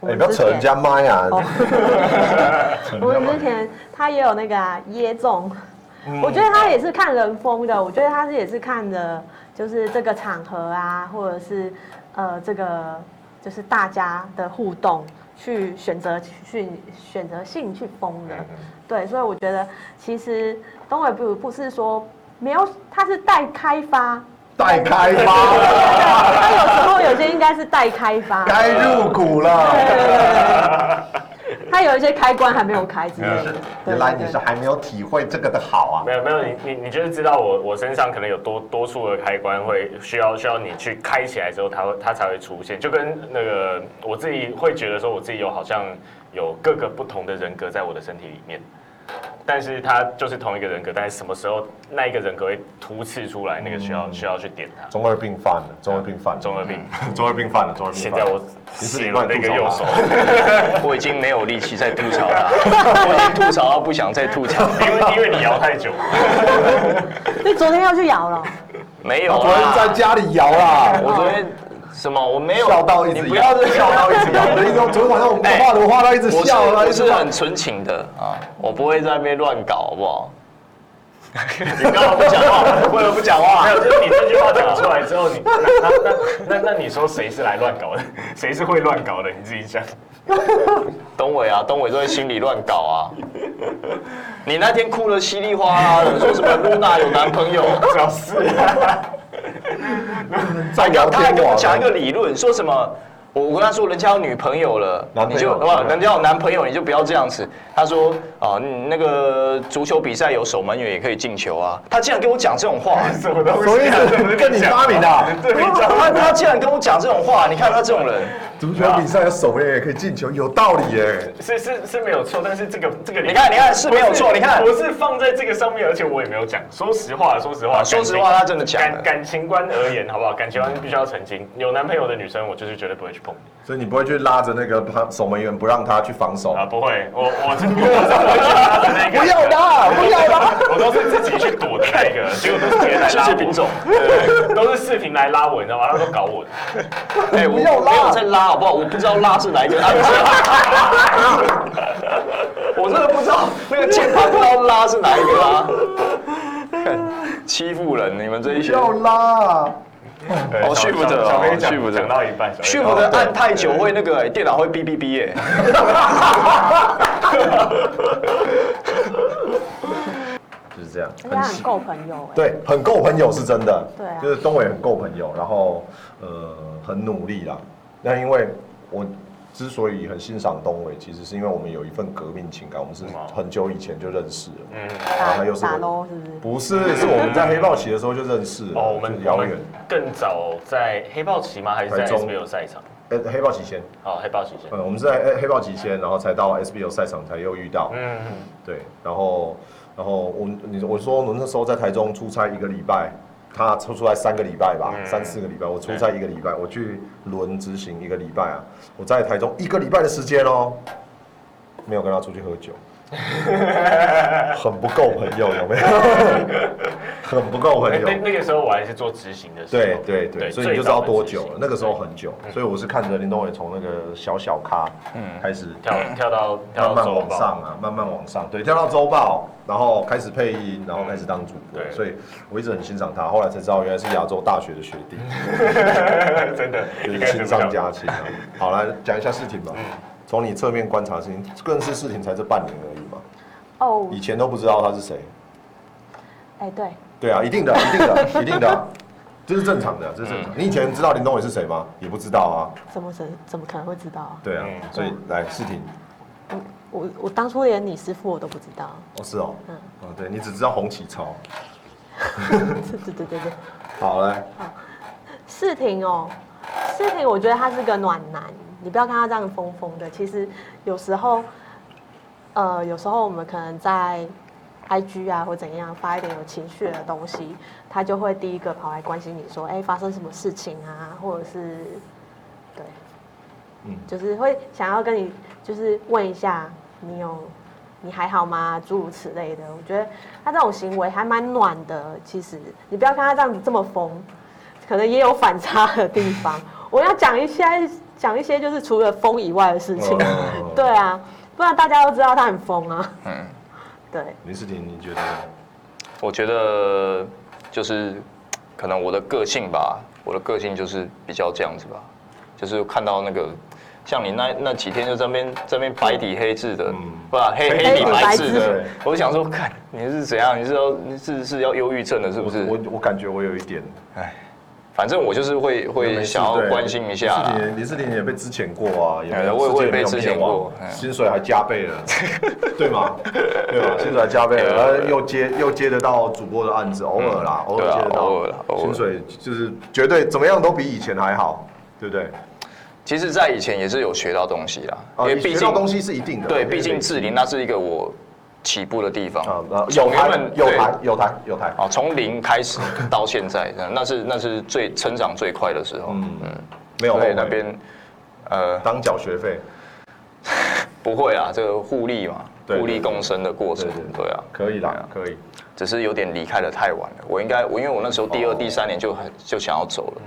D: 我
C: 哎
D: 们
C: 不要
D: 之
C: 扯人
D: 前，
C: 家麦啊！ 扯人
D: 我
C: 家
D: 们哦之
C: 麦
D: 前他也有那个啊耶总，
C: 嗯
D: 我觉得他也是看人风的，我觉得他是也是看的，就是这个场合啊，或者是呃这个就是大家的互动去选择去选择性去疯的。
C: 嗯
D: 对，所以我觉得其实东伟不不是说没有，他是待开发。
C: 待开发，
D: 他有时候有些应该是待开 发，
C: 该入股
D: 对对
C: 了。
D: 对对对，他有一些开关还没有开之类的。对
C: 原来你是
D: 对
C: 还没有体会这个的好啊！
A: 没有没有，你你你就是知道我我身上可能有多多处的开关会需要需要你去开起来之后，它会它才会出现。就跟那个我自己会觉得说，我自己有好像有各个不同的人格在我的身体里面。但是他就是同一个人格，但是什么时候那一个人格会突刺出来，那个需要、
C: 嗯
A: 需要去点他。
C: 中二病犯了，中二病犯了，
A: 中二病，
C: 中二病犯了，中二 病
A: 现
C: 犯
A: 在
C: 了。
A: 我
C: 嗯你是
A: 写
C: 乱
A: 了
C: 吐
A: 那个
C: 槽
A: 右
C: 吧
A: 手，
B: 我已经没有力气再吐槽 他，我已经吐槽到不想再吐槽。
A: 因为因为你摇太久了。
D: 所以昨天要去摇了，
B: 没有
C: 昨天在
B: 啦，
C: 家里摇啊啦，
B: 我昨天什么我没有
C: 笑到一
B: 你
C: 直
B: 不要
C: 摇，
B: 再
C: 笑到一 直摇。我的意思，昨天晚上我们画的画到一直
B: 哎我是
C: 笑了，
B: 我
C: 一直
B: 是
C: 笑
B: 很纯情的啊，我不会在那边乱搞，好不 好？你干嘛不讲话？为了不讲 话
A: 没？有，就是你这句话讲出来之后，你那那那那那你说谁是来乱搞的？ 谁是会乱搞的？你自己想。
B: 东伟啊，东伟都在心里乱搞啊。你那天哭的稀里哗啦的，说什么露娜有男朋友，
A: 找事、
B: 他还跟他还跟我讲一个
C: 个，
B: 理论，说什么？我我跟他说人家有女朋友了，
C: 男
B: 你
C: 朋
B: 就
C: 友
B: 哇，人家有男朋友，你就不要这样子。他说啊、嗯那个足球比赛有守门员也可以进球啊。他竟然跟我讲这种话，
A: 什么东西、啊？
C: 所以是跟你发明 的啊。
B: 他他竟然跟我讲这种话，你看他这种人，
C: 足球比赛有守门员也可以进球，有道理耶。
A: 是是是没有错，但是这个这个
B: 你看你看是没有错，你看
A: 我是放在这个上面，而且我也没有讲。说实话，说实话，
B: 啊说实
A: 感
B: 话
A: 情
B: 他真的讲了
A: 感感情观而言，好不好？感情观必须要澄清。有男朋友的女生，我就是绝对不会去碰
C: 所以你不会去拉着那个他守门员不让他去防守
A: 啊，，不会。我我是我是不会去拉的那个，
B: 不要啦，不要啦。
A: 我都是自己去躲的那个，结果都是别人来拉
B: 谢
A: 我。
B: 谢品种
A: 对，都是视频来拉我，你知道吗？他都搞我的。
B: 哎、我
C: 不要拉
B: 没有在拉，好不好？我不知道拉是哪一个按键，我真的不知道那个键盘不知道拉是哪一个啊！看欺负人，你们这一
C: 不
B: 些
C: 要拉。
A: 对小
B: 哦旭福德
A: 小小飞
B: 哦
A: 讲
B: 旭福德
A: 讲到一半，小飞
B: 炫我的按太久会那个、哎电脑会哔哔哔哎。
C: 就是这样，
D: 人家很够朋友哎、
C: 对，很够朋友是真的，
D: 对啊
C: 就是东伟很够朋友，然后呃很努力啦。那因为我之所以很欣赏东伟，其实是因为我们有一份革命情感，我们是很久以前就认识了，
A: 嗯，
C: 然后他又是
D: 打
C: 我，
D: 喽是不是？
C: 不是是我们在黑豹旗的时候就认识了，
A: 哦，我
C: 就
A: 们我
C: 是遥
A: 们
C: 远，
A: 更早在黑豹旗吗？还是在
C: 台中
A: SBL 赛场？
C: 呃黑豹旗先，
A: 好，黑豹旗先。
C: 嗯，我们是在呃黑豹旗先，然后才到 SBL 赛场才又遇到，
A: 嗯，
C: 对，然后然后我们你我说我那时候在台中出差一个礼拜，他出出来三个礼拜吧，
A: 嗯
C: 三四个礼拜，我出差一个礼拜，我去轮执行一个礼拜啊，我在台中一个礼拜的时间哦，没有跟他出去喝 酒，很不够朋友，有 没有？很不够
A: 那
C: 朋友
A: 那。那个时候我还是做执行的时候。
C: 对对对，所以你就知道多久了。那个时候很久，所以我是看着林东伟从那个小小咖嗯开始
A: 最早的执行跳跳到
C: 慢
A: 跳到
C: 慢
A: 周
C: 往
A: 报。
C: 上啊，慢慢往上，对，跳到周报，然后开始配音，然后开始当主播，
A: 对
C: 所以我一直很欣赏他。后来才知道原来是亚洲大学的学 弟，
A: 真的，
C: 就
A: 一
C: 是
A: 开始
C: 亲
A: 不晓
C: 上
A: 得
C: 加亲啊。好，来讲一下事情
A: 嗯
C: 吧。从你侧面观察事情，更是事情才这半年而已嘛，
D: 哦
C: 以，前都不知道他是谁。
D: 哎、对，
C: 对啊，一定的，一定 的，一定的啊，这是正常的，这是正常。
A: 嗯
C: 你以前知道林东伟是谁吗？也不知道啊。
D: 怎么怎怎么可能会知道啊？
C: 对啊，
A: 嗯
C: 所以来事情，
D: 我我我当初连你师傅我都不知道，
C: 哦是哦，
D: 嗯
C: 哦对你只知道洪启超。
D: 对对对对对。
C: 好来，
D: 世廷哦，世廷，我觉得他是个暖男。你不要看他这样疯疯的，其实有时候，呃，有时候我们可能在 IG 啊或怎样发一点有情绪的东西，他就会第一个跑来关心你说，哎、发生什么事情啊，或者是，对，
C: 嗯
D: 就是会想要跟你就是问一下你有你还好吗？诸如此类的，我觉得他这种行为还蛮暖的。其实你不要看他这样子这么疯，可能也有反差的地方。我要讲一些讲一些就是除了疯以外的事情，
C: 哦
D: 对啊，不然大家都知道他很疯啊。
B: 嗯，
D: 对，
C: 林世廷，你觉得？
B: 我觉得就是可能我的个性吧，我的个性就是比较这样子吧，就是看到那个像你那那几天就在那边在那边白底黑字的，
C: 嗯
B: 不、啊、黑
C: 黑
B: 黑底
D: 底
B: 白
D: 白
B: 字
D: 字
B: 的
C: 对，
B: 我就想说，看你是怎样，你是要你是是要忧郁症的，是不是？
C: 我我感觉我有一点
B: 反正我就是会会想要关心一下啦。
C: 林世廷林世廷也被之前过啊，也没有
B: 对啊哎我也
C: 世界
B: 我也被
C: 没有
B: 之前
C: 灭亡
B: 过嗯
C: 薪水还加 倍了，对吗？对吧？薪水还加倍了，然后又接又接得到主播的案子，偶尔啦，
B: 哎嗯
C: 偶尔接得
B: 对啊偶尔啦
C: 到，
B: 偶尔
C: 薪水就是绝对怎么样都比以前还好，对不对？
B: 其实，在以前也是有学到东西啦，因
C: 啊，
B: 为
C: 你
B: 毕
C: 学
B: 竟
C: 到东西是一定的，
B: 对，毕竟志玲那是一个我起步的地方
C: 啊，然后有
B: 从原
C: 台
B: 本
C: 有
B: 对
C: 台有台有台，
B: 啊，从零开始到现在， 这样那是那是最成长最快的时候。
C: 嗯
B: 嗯，
C: 没有后
B: 所以
C: 悔
B: 那边呃
C: 当缴学费，
B: 不会啊，这个互利嘛，
C: 对
B: 互利共生的过程
C: 对对，对
B: 对啊，
C: 可以
B: 对
C: 啦
B: 啊，
C: 可以。
B: 只是有点离开的太晚了。我应该我因为我那时候第
C: 哦
B: 二、第三年就很就想要走
C: 嗯
B: 了，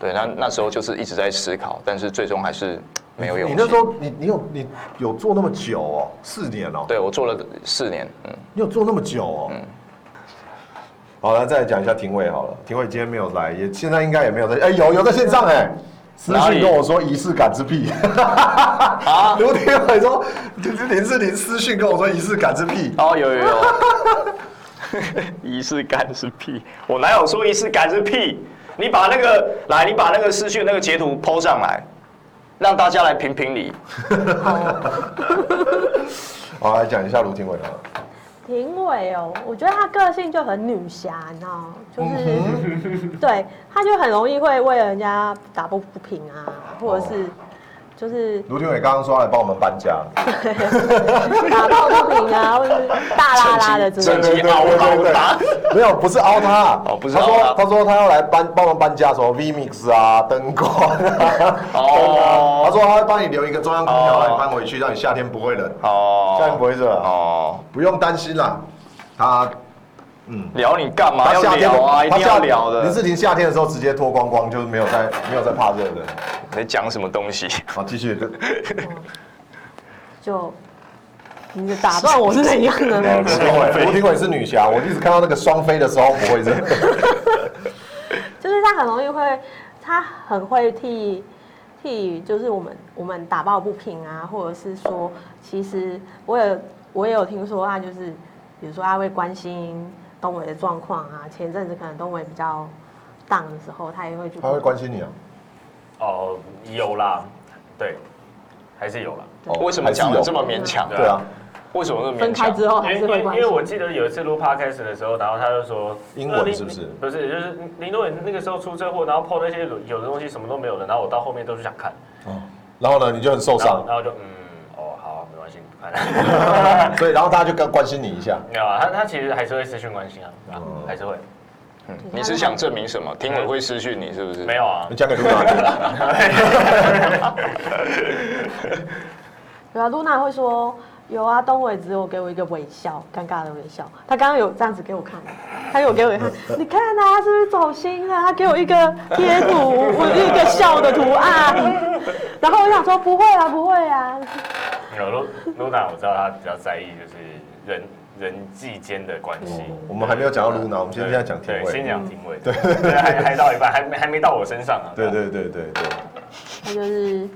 B: 对，那那时候就是一直在思考，但是最终还是没有勇
C: 你
B: 气。
C: 那时候你你有你有做那么久哦，四年哦，
B: 对我做了四年，嗯，
C: 你有做那么久哦。好，来再讲一下廷伟好了，廷伟今天没有来，也现在应该也没有在，哎、有有在线上哎、私
B: 哪
C: 信
B: 里
C: 跟我说仪式感之屁，啊，卢廷伟说林林志玲私信跟我说仪式感之屁，
B: 哦，有有有， 仪式感是屁，我哪有说仪式感是屁？你把那个来，你把那个私讯那个截图 PO 上来，让大家来评评理。
C: 好来讲一下卢廷伟啊，
D: 评委哦，我觉得她个性就很女侠，你知道吗，就是、 对，她就很容易会为人家打抱不平啊，或者是、就是
C: 卢廷伟刚刚说要来帮我们搬家，
D: 打抱不平啊，或者是大拉拉的之类
B: 趁机
D: 的。
B: 趁 机凹凹他，
C: 没有不是凹他，
B: 哦不是
C: 他
B: 凹
C: 说
B: 他
C: 他说他要来搬帮忙搬家，什么 VMix 啊灯光啊，他
B: 哦
C: 说他会帮你留一个中央空调让你搬回去，让你夏天不会冷，
B: 哦，
C: 夏天不会热啊。
B: 哦，
C: 不用担心啦，他
B: 聊你干嘛
C: 他
B: 要
C: 夏天
B: 聊啊？一定要聊
C: 林志
B: 的。
C: 玲夏天的时候直接脱光光，就是没有在 没有在怕热的。
B: 你讲什么东西？
C: 好，继续。
D: 就你的打断我是怎样的呢？
C: 吴廷伟，吴廷伟是女侠，我一直看到那个双飞的时候不会热。
D: 就是他很容易会，他很会替替，就是我们我们打抱不平啊，或者是说，其实我有我也有听说他就是，比如说他会关心东伟的状况啊，前阵子可能东伟比较荡的时候，他也会去
C: 他会关心你啊？
A: 哦，有啦，对，还是有啦。
C: 哦
B: 为什么讲的这么
D: 还是有
B: 勉强？
C: 对啊，
B: 为什么那么
D: 分
B: 勉
D: 开
B: 强？
D: 之后
A: 因
D: 还
A: 为
D: 哦是
A: 哎因为
D: 会
A: 因
D: 关
A: 为
D: 心。
A: 我记得有一次录 podcast 的时候，然后他就说
C: 英文
A: 呃林
C: 是不是
A: 不是，就是林多伟那个时候出车祸，然后碰那些有有的东西什么都没有的，然后我到后面都是想看，
C: 然后呢，你就很受
A: 然后
C: 伤，
A: 然后就嗯哦好没关系不看，
C: 所以然后大家就跟关心你一下。
A: 没有啊，他他其实还是会私讯关心啊，对吧
C: 嗯
A: 还是会
B: 嗯你是想证明什么？听委会失去你是不是？
A: 没有啊
C: 你，讲给卢娜听。
D: 有啊，露娜会说有啊，东伟只有给我一个微笑，尴尬的微笑。他刚刚有这样子给我看，他有给我看，你看啊，他是不是走心了？他给我一个贴图，我一个笑的图案。然后我想说不会啊，不会啊，
A: 有露露娜，我知道她比较在意就是人人际间的关系。
C: 哦我们还没有讲到卢娜，我们先现在讲廷
A: 对，先
C: 伟。
A: 讲评委，对，还还到一半，还没还没到我身上啊。
C: 对
A: 吧，
C: 对对 对对。
D: 他就是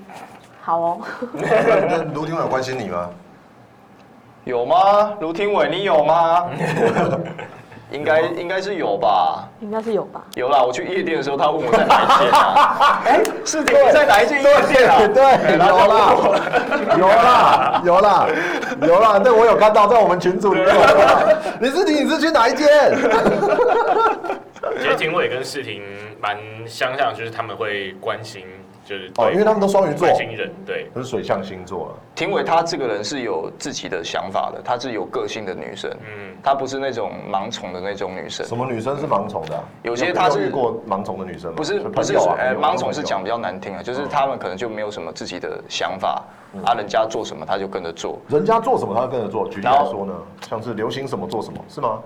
D: 好哦。
C: 那那卢廷伟有关心你吗？
B: 有吗？卢廷伟，你有吗？应该应该是有吧。
D: 应该是有吧？
B: 有啦，我去夜店的时候，他问我在哪一间 啊？哎，是的，你在哪一间夜店啊？
C: 对，有
B: 然后就问我
C: 啦，有啦，有啦，有啦，这我有看到，在我们群组里面有看到。你是你是去哪一间？
A: 其实评委跟世婷蛮相像，就是他们会关心，就是对
C: 哦，因为他们都双鱼座
A: 关，心人，对，
C: 都是水象星座了。
B: 廷伟她这个人是有自己的想法的，她是有个性的女生，
A: 嗯，
B: 她不是那种盲从的那种女生。
C: 什么女生是盲从的啊？
B: 有些她是
C: 你有遇过盲从的女生吗？
B: 不是
C: 朋
B: 不是
C: 友啊，
B: 呃，
C: 朋友嗯
B: 盲从是讲比较难听啊，就是他们可能就没有什么自己的想法，啊，人家做什么他就跟着做。
C: 人家做什么，他跟着做。举例
B: 然
C: 来
B: 后
C: 说呢，像是流行什么做什么，是吗？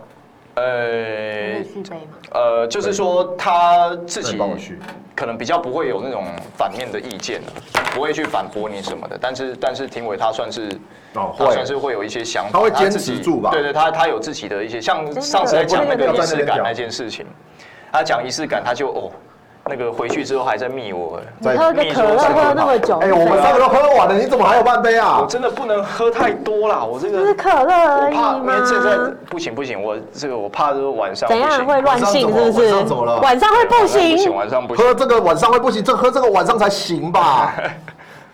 B: 呃
C: 嗯
D: 续杯嘛，
B: 呃，就是说他自
C: 那
B: 己
C: 你帮我去。
B: 可能比较不会有那种反面的意见啊，不会去反驳你什么的。但是但是廷伟他算是。
C: 哦，
B: 他算
C: 会。
B: 是会有一些想法，
C: 他会坚
B: 自
C: 持
B: 己
C: 住吧
B: 对对，他他有自己的一些，像上次在讲那个仪式感那件事情，他讲仪式感，他就哦，那个回去之后还在密我，
D: 你喝个可乐喝那么久，
C: 哎，我们三个都喝完了，你怎么还有半杯
B: 我
C: 啊？
B: 真的不能喝太多啦，我这
D: 就是
B: 个
D: 可乐
B: 我
D: 而
B: 怕，
D: 已
B: 因为现在
D: 吗？
B: 不行不行，我这个我怕就是晚上
D: 怎
B: 不
D: 样
B: 行
D: 会乱性是不
C: 晚
D: 是
C: 上怎么了？
D: 晚上会不
B: 不行，
D: 行。
B: 晚上不行。
C: 喝这个晚上会不行，这喝这个晚上才行 吧？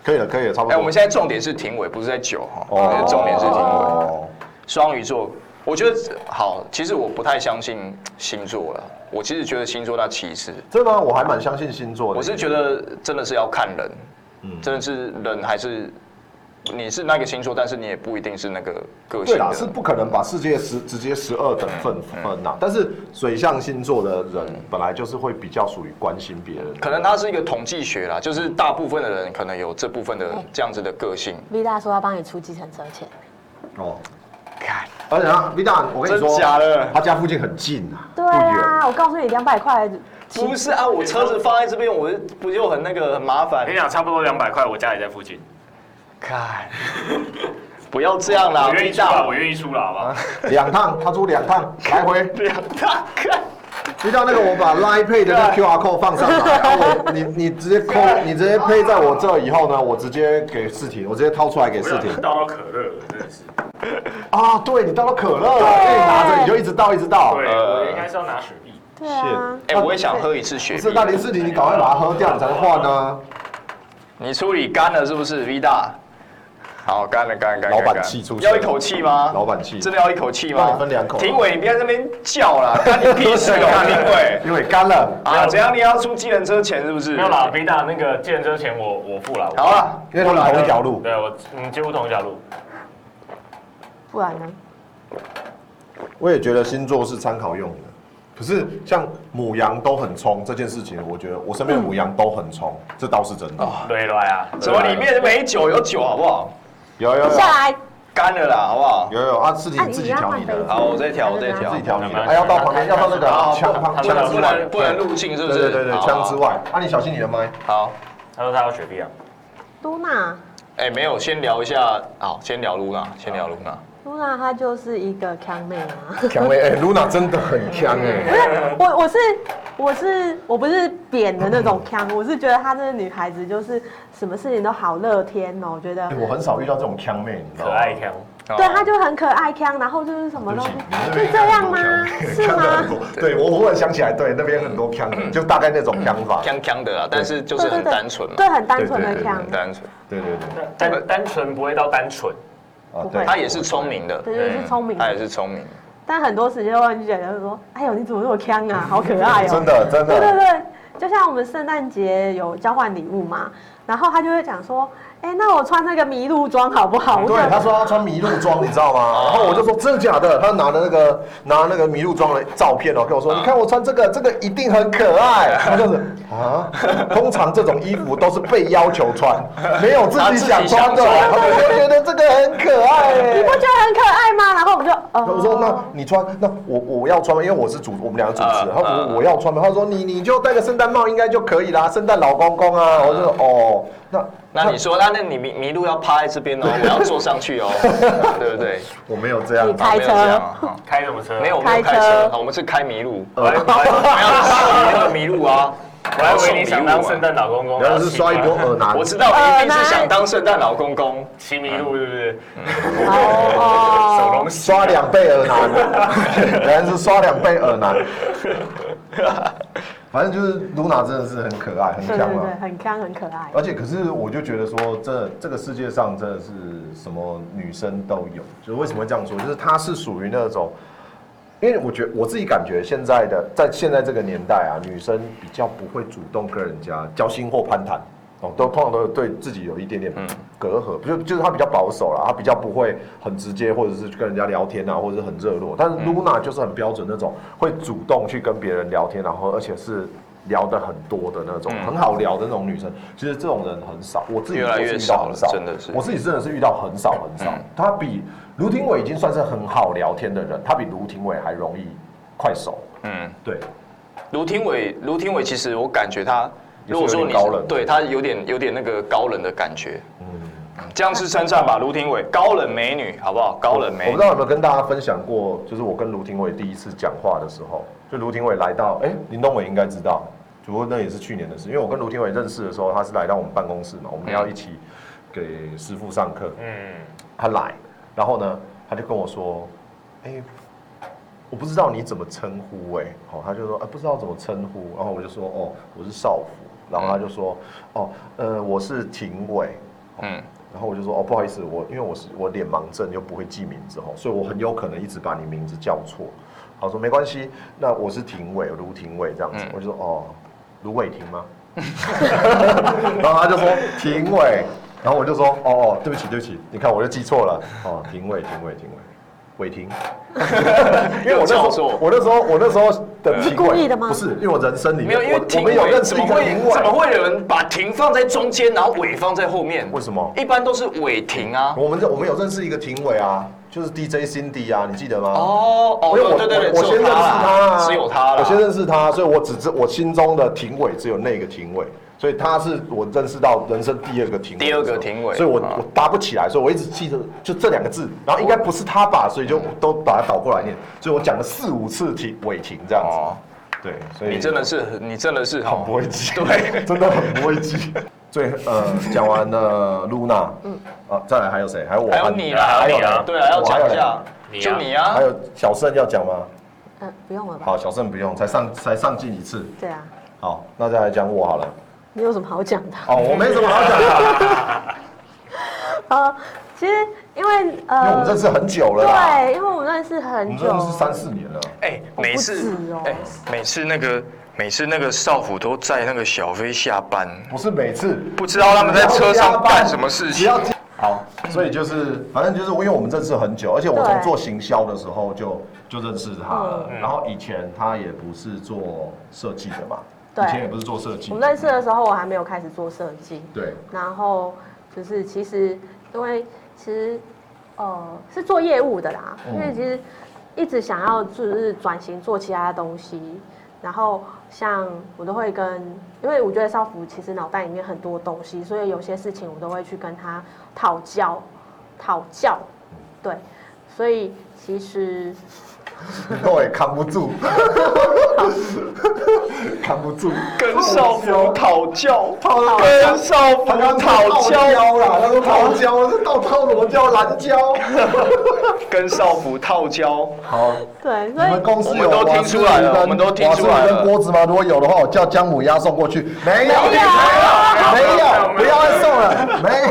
C: 可以了，可以了，差不
B: 哎，
C: 多。
B: 我们现在重点是廷伟，不是在酒哈，对重点是廷伟。
C: 哦
B: 双鱼座，我觉得好，其实我不太相信星座了，我其实觉得星座它其实。
C: 真的吗？我还蛮相信星座的。
B: 嗯我是觉得真的是要看人，真的是人还是你是那个星座，但是你也不一定是那个个性
C: 对啦，是
B: 的。
C: 不可能把世界十直接十二等份分呐、但是水象星座的人本来就是会比较属于关心别人，
B: 可能它是一个统计学啦，就是大部分的人可能有这部分的这样子的个性。
D: V 大说要帮你出计程车钱，
C: 哦。
B: 看，
C: 而且他 V 大，我跟你说，
B: 真假的
C: 他家附近很近啊，
D: 对
C: 不远。
D: 啊，我告诉你两百块，骑
B: 不是啊，我车子放在这边，我不就很那个很麻
A: 我
B: 烦
A: 跟你？讲，差不多两百块，我家也在附近，
B: 看， 不要这
C: 啊
B: 样啦，
A: 我愿意出
B: 大
A: 啦，我愿意出啦，好不好？
C: 两趟，他租两趟来回。
B: 两大看。
C: 遇到那个，我把 Line Pay 的那 QR code 放上来，然后我你你直接扣，你直接配在我这以后呢，我直接给世婷，我直接掏出来给
A: 我
C: 世
A: 想
C: 婷。
A: 倒到可乐了，真的是。
C: 啊，对你倒了可乐了，因为你拿着你就一直倒一直倒。
A: 对，我应该是要拿雪碧。
D: 对啊，
B: 哎、我也想喝一次雪
C: 不
B: 碧
C: 是，。那林世婷，你赶快把它喝掉，你才能换呢。
B: 你处理干了是不是，V 大？好，干了，干了，干了。
C: 老板
B: 干了
C: 气出声
B: 要一口气吗？
C: 老板气
B: 真的要一口气
C: 那
B: 吗？
C: 你分两口
B: 庭伟，你别在那边叫啦，干你屁事哦， 庭伟。
C: 因为干了，
B: 啊，怎样？你要出计程车钱是不是？
A: 没有啦，北大那个健身钱我我付了。我付
B: 好啊，
C: 因为他们同一条路。
A: 对我嗯几乎同一条路。
D: 不然呢？
C: 我也觉得星座是参考用的，可是像母羊都很冲这件事情，我觉得我身边的母羊都很冲，这倒是真的。
A: 对来啊，
B: 什么里面没酒有酒好不好？
C: 有
B: 呃
C: 有有
D: 下来，
B: 干了啦，好不好？
C: 有有啊，自己
D: 啊你
C: 自己调你的
D: 要
C: 啦，
D: 换杯子
B: 好，我再调，我再
C: 自
B: 调
C: 己。调你的，
A: 好
C: 啊要到旁边，要到那个
B: 好好
C: 枪
B: 不
C: 旁
A: 不
C: 啊枪
A: 能
C: 之
B: 不
C: 外
B: 能，不能入境是不
C: 对
B: 是？
C: 对对对，
B: 好
C: 枪之。外，啊你小心你的麦。
B: 好好，
A: 他说他要雪碧啊，
D: 露娜，
B: 哎，没有，先聊一下，好，先聊露娜，先聊露娜。
D: 露娜她就是一个强妹啊。
C: 强威，哎，Luna 真的很强
D: 不
C: 哎，
D: 是我，我是我是我不是扁的那种腔，我是觉得她这个女孩子就是什么事情都好乐天哦，我觉得
B: 嗯
C: 哎，我很少遇到这种强妹，你知道
A: 可
C: 吗？
A: 爱强。
D: 对，她就很可爱腔，然后就是什么东西
C: 对不起
D: 是这样吗？是
C: 呛得很
D: 吗？
C: 多， 对我忽然想起来，对那边很多强，就大概那种强 法。
B: 哦锵锵的啦，但是就是很单纯嘛，
D: 对，很单纯
C: 对
D: 的
C: 对对
D: 腔
B: 很，单纯。
C: 对对对，
A: 单单纯不会到单纯，
C: 啊
D: 不会
C: 对，
B: 他也是聪明的，嗯
D: 对，就是聪明
B: 他也
D: 的。
B: 是聪明的。
D: 但很多时间会觉得说，哎呦，你怎么那么腔啊，好可爱哦。
C: 真的真
D: 对对
C: 的，
D: 对，就像我们圣诞节有交换礼物嘛，然后他就会讲说，哎，那我穿那个麋鹿装好不好？我
C: 对
D: 想
C: 他说他穿麋鹿装，你知道吗？ 然后我就说真的假的？他拿的那个拿那个麋鹿装的照片哦，跟我说你看我穿这个，这个一定很可 爱。他就是啊，通常这种衣服都是被要求穿，没有自己想穿的，他们就觉得这个很可爱
D: 你
C: 耶
D: 不。觉得很可爱吗？然后我们就，呃，
C: 我说那你穿，那我我要穿吗？因为我是主，我们两个主持人。他说我我要穿吗？他说你你就戴个圣诞帽应该就可以啦，圣诞老公公啊。我就说哦，那
B: 那你说，那那你迷迷路要趴在这 边哦，我要坐上去哦， 对不对？
C: 我没有这样
D: 你
C: 吧
D: 看开
B: 没有这样啊 哈
A: 开什么车？
B: 没有，我没有开
D: 开车
B: 车，好我们是开麋鹿，
A: 我还，我
B: 没
A: 还
B: 有那个麅路啊，
A: 我还以为你想当圣 诞老公啊公，
C: 呃然后是刷一波
A: 然后
C: 耳难
B: 我。知道，
D: 呃
B: 我一定是想当圣诞老公公，
A: 骑马骑麋鹿是不是？
D: 哦
A: 手龙戏
C: 刷两倍耳男，原来是刷两倍耳男。反正就是露娜真的是很可爱，很
D: 对对
C: 香
D: 对，
C: 啊。
D: 很康很可爱。
C: 而且可是我就觉得说，这这个世界上真的是什么女生都有。就是为什么会这样说？就是她是属于那种，因为我觉我自己感觉现在的在现在这个年代啊，女生比较不会主动跟人家交心或攀谈。哦，都通常都有对自己有一点点
B: 嗯
C: 隔阂，不就就是她比较保守啦，她比较不会很直接，或者是去跟人家聊天啊，或者是很热络。但是
B: 嗯
C: Luna 就是很标准那种会主动去跟别人聊天，然后而且是聊得很多的那种，很好聊的那种女生。其实这种人很少，我自己
B: 嗯越来
C: 就
B: 越
C: 是遇到
B: 少
C: 很
B: 了
C: 少，
B: 真的是
C: 我自己真的是遇到很少很
B: 嗯
C: 少。她比卢廷伟已经算是很好聊天的人，她比卢廷伟还容易快手。
B: 嗯。
C: 对，
B: 卢廷伟，卢廷伟，其实我感觉他，
C: 也是
B: 如果说
C: 有
B: 你
C: 点高冷
B: 对他有点有点那个高冷的感觉，嗯，这样是称赞吧，卢廷伟，高冷美女，好不好？高冷
C: 我
B: 美
C: 不
B: 女
C: 知，道有没有跟大家分享过，就是我跟卢廷伟第一次讲话的时候，就卢廷伟来到，哎、林东伟应该知道，只不过那也是去年的事，因为我跟卢廷伟认识的时候，他是来到我们办公室嘛，我
B: 嗯
C: 们要一起给师傅上课，
A: 嗯，
C: 他来，然后呢，他就跟我说，哎、我不知道你怎么称呼、哎，好，他就说，啊，不知道怎么称呼，然后我就说，哦，我是少辅，然后他就说，哦，呃，我是廷伟，
B: 嗯，
C: 然后我就说哦，不好意思，我因为我是我脸盲症又不会记名字哦，所以我很有可能一直把你名字叫错。他说没关系，那我是廷伟，卢廷伟这样子，
B: 嗯
C: 我就说哦，卢伟廷吗？然后他就说廷伟，然后我就说哦哦，对不起对不起，你看我就记错了哦，停位停位停位，违停。因为我那时
B: 有叫
C: 候
B: 错
C: 哎
B: 嗯
C: 我那时候我那时候的
D: 你是
C: 停
D: 故
C: 位
D: 意的吗
C: 不是，因为我人生里面
B: 没有，因为
C: 我我
B: 停
C: 们有
B: 尾
C: 认识
B: 怎
C: 一
B: 么
C: 个
B: 会
C: 停位，
B: 怎么会有人把停放在中间，然后尾放在后面？
C: 为什么
B: 一般都是尾停啊。
C: 我们这我们有认识一个评委啊，就是 DJ Cindy 啊，你记得吗？
B: 哦哦，
C: 因为我
B: 对对对，
C: 我我先
B: 只有
C: 认识他
B: 啦
C: 啊，
B: 只有他了。
C: 我先认识他，所以我只知我心中的评委只有那个评委，所以他是我认识到人生第二个评委的时候，
B: 第二个评委
C: 所以我
B: 啊
C: 我搭不起来，所以我一直记得就这两个字，然后应该不是他吧，所以就
B: 嗯
C: 都把它倒过来念，所以我讲了四五次停尾停这样
B: 哦
C: 子，，对，所以
B: 你真的是你真的是
C: 哦不会记，
B: 对，
C: 真的很不会记。最呃，讲完了露娜，嗯，啊，再来还有谁？还有我，
B: 哦还有你啦，还有你啦，对啊，要
C: 我还
B: 讲
C: 有
B: 一下
C: 两个，
A: 你啊
B: 就你啊
C: 还，有小盛要讲吗？
D: 嗯，不用了吧？
C: 好，小盛不用，才上才上镜一次。
D: 对啊，
C: 好，那再来讲我好了。
D: 你有什么好讲的？
C: 哦，我没什么好讲的，
D: 呃，其实因为
C: 因
D: 呃，
C: 为我们认识很久了啦，
D: 对，因为我们认识
C: 我
D: 很
C: 们
D: 久，
C: 认识三四年了。
B: 哎，每次
D: 不止哦
B: 哎，每次那个每次那个少辅都载那个小飞下班，
C: 不是每次
B: 不知道他们在车上干什么事
C: 只
B: 情
C: 要。好，所以就是反正就是因为我们认识很久，而且我从
D: 对嗯
C: 做行销的时候就就认识他了。
B: 嗯
C: 然后以前他也不是做设计的嘛，
D: 对
C: 以前也不是做设计的。
D: 我们认识的时候，我还没有开始做设计，
C: 对，
D: 然后就是其实因为其实呃是做业务的啦，因为其实一直想要就是转型做其他东西，然后像我都会跟，因为我觉得少辅其实脑袋里面很多东西，所以有些事情我都会去跟他讨教，讨教，对，所以其实
C: 我也扛不住， 扛不住。
B: 跟少辅讨教，跟少辅
C: 他刚
B: 讨教，
C: 啦，他说桃胶，这到套什么叫蓝胶？
B: 跟少辅套教。
C: 好，
D: 对，
C: 你
D: 所以
C: 们公司有
B: 我们都听出来了
C: 瓦斯跟
B: 我们都听出来了
C: 瓦斯跟锅子吗？如果有的话，我叫姜母鸭送过去。没有，
D: 没有
C: 没有，不要再送了，没有。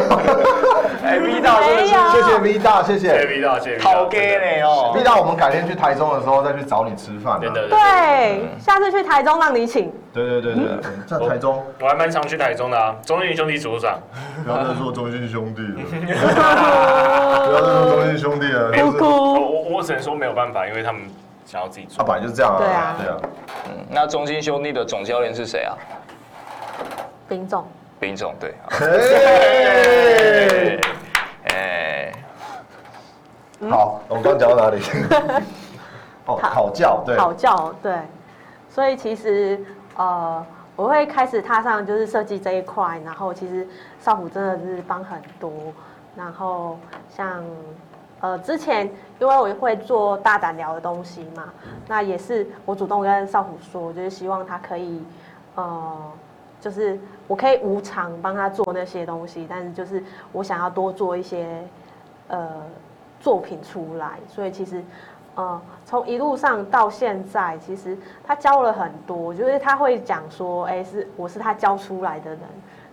B: 哎，V 大真的是
D: 没有
C: 谢谢 V 大，谢
A: 谢谢
C: 谢
A: 皮大，谢谢皮大
B: 讨 gay 嘞哦
C: V 大，我们改天去台中的时候再去找你吃饭啊。
A: 真的真的，
D: 对，下次去台中让你请，
C: 对对对对对，在台中
A: 我还蛮常去台中的啊，中信兄弟组长，
C: 不要再说中信兄弟了，不要再说中信兄弟了，
D: 姑
C: 就是
A: 我
D: 姑，
A: 我我只能说没有办法，因为他们想要自己
C: 他
A: 做。
C: 本来就是这样啊，
D: 对啊
C: 对啊。
B: 嗯那中心兄弟的总教练是谁啊？
D: 丙总。
B: 林总，对，
C: 嘿
B: 哎，
C: 好，我们刚讲到哪里？哦，考教对，
D: 讨教，对，所以其实呃，我会开始踏上就是设计这一块，然后其实少辅真的是帮很多，然后像呃之前因为我会做大胆聊的东西嘛，那也是我主动跟少辅说，就是希望他可以呃。就是我可以无偿帮他做那些东西，但是就是我想要多做一些呃作品出来，所以其实呃从一路上到现在，其实他教了很多，就是他会讲说，哎、是我是他教出来的人，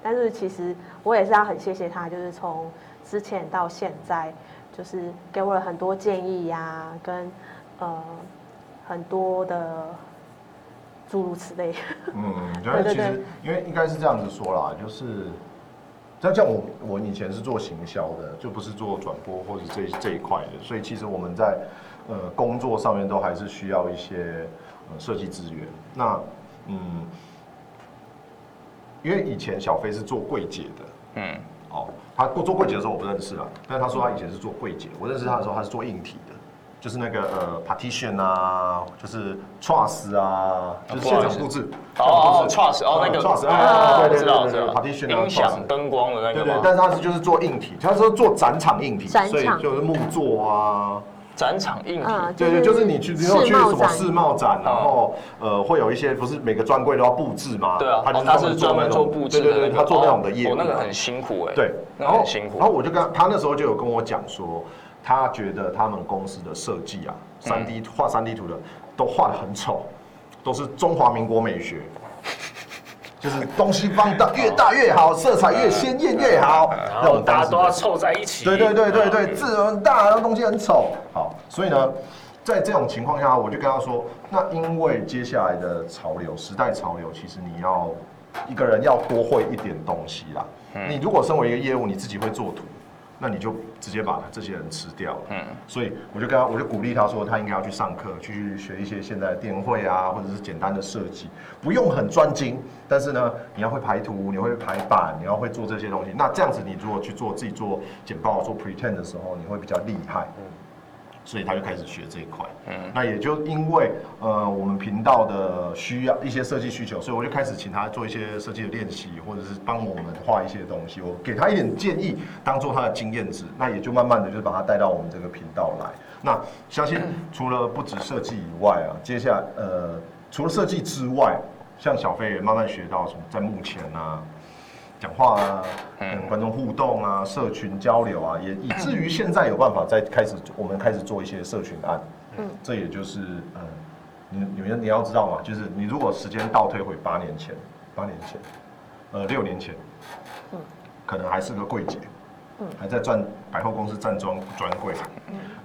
D: 但是其实我也是要很谢谢他，就是从之前到现在，就是给我了很多建议呀、跟呃很多的诸如此类，
C: 嗯，因为
D: 对对
C: 其实
D: 对
C: 因为应该是这样子说啦，就是像像我我以前是做行销的，就不是做转播或者这一这一块的，所以其实我们在呃工作上面都还是需要一些呃设计资源。那嗯，因为以前小飞是做柜姐的，
B: 嗯，
C: 哦，他做柜姐的时候我不认识啊，但他说他以前是做柜姐，我认识他的时候他是做硬体的，就是那个呃 partition 啊，就是 truss 啊，就是现场布置。
B: 哦哦
C: 现场布置
B: ，trust 哦那个
C: truss，
B: 哦
C: 哎，对
B: 知道
C: 对
B: 知
C: 对
B: 道
C: 对，partition 啊
B: 音响
C: truss
B: 灯光的那
C: 对
B: 个
C: 对，
B: 吗？
C: 但是他是就是做硬体，他说做展场硬体，
D: 展场
C: 所以就是木作啊，
B: 展场硬体，
D: 嗯，
C: 对对，就是你去，比如说去
D: 世贸
C: 什么
D: 展
C: 世贸展，然后呃，会有一些不是每个专柜都要布置吗？
B: 哦对啊，
C: 他就
B: 哦他
C: 是
B: 是专门
C: 那
B: 做
C: 种
B: 布置的
C: 对
B: 那个，
C: 对对，他做那种的业务，
B: 哦哦那个很辛苦哎，
C: 对，
B: 那很辛苦
C: 然后我就跟他他那时候就有跟我讲说，他觉得他们公司的设计啊，三
B: 嗯
C: D 画三 D 图的都画的很丑，都是中华民国美学。就是东西方大越大越好，色彩越鲜艳越好，
A: 然
C: 那
A: 后
C: 种
A: 嗯大家
C: 当时
A: 都
C: 的
A: 要凑在一起。
C: 对对对对对，
A: 嗯
C: 字很大，然后东西很丑。好，所以呢，在这种情况下，我就跟他说，那因为接下来的潮流，时代潮流，其实你要一个人要多会一点东西啦。你如果身为一个业务，你自己会做图，那你就直接把这些人吃掉了。嗯，所以我就跟他，我就鼓励他说，他应该要去上课，去学一些现在的电绘啊，或者是简单的设计，不用很专精，但是呢，你要会排图，你会排版，你要会做这些东西。那这样子，你如果去做自己做简报、做 pretend 的时候，你会比较厉害。所以他就开始学这一块。嗯，那也就因为呃我们频道的需要一些设计需求，所以我就开始请他做一些设计的练习，或者是帮我们画一些东西，我给他一点建议，当做他的经验值。那也就慢慢的就是把他带到我们这个频道来。那相信除了不止设计以外啊，接下来呃除了设计之外，像小飞也慢慢学到什么在幕前啊。讲话啊，跟观众互动啊，社群交流啊，也以至于现在有办法再开始，我们开始做一些社群案。嗯，这也就是呃，你你们你要知道嘛，就是你如果时间倒推回八年前，八年前，呃，六年前，可能还是个柜姐，还在赚百货公司站专专柜，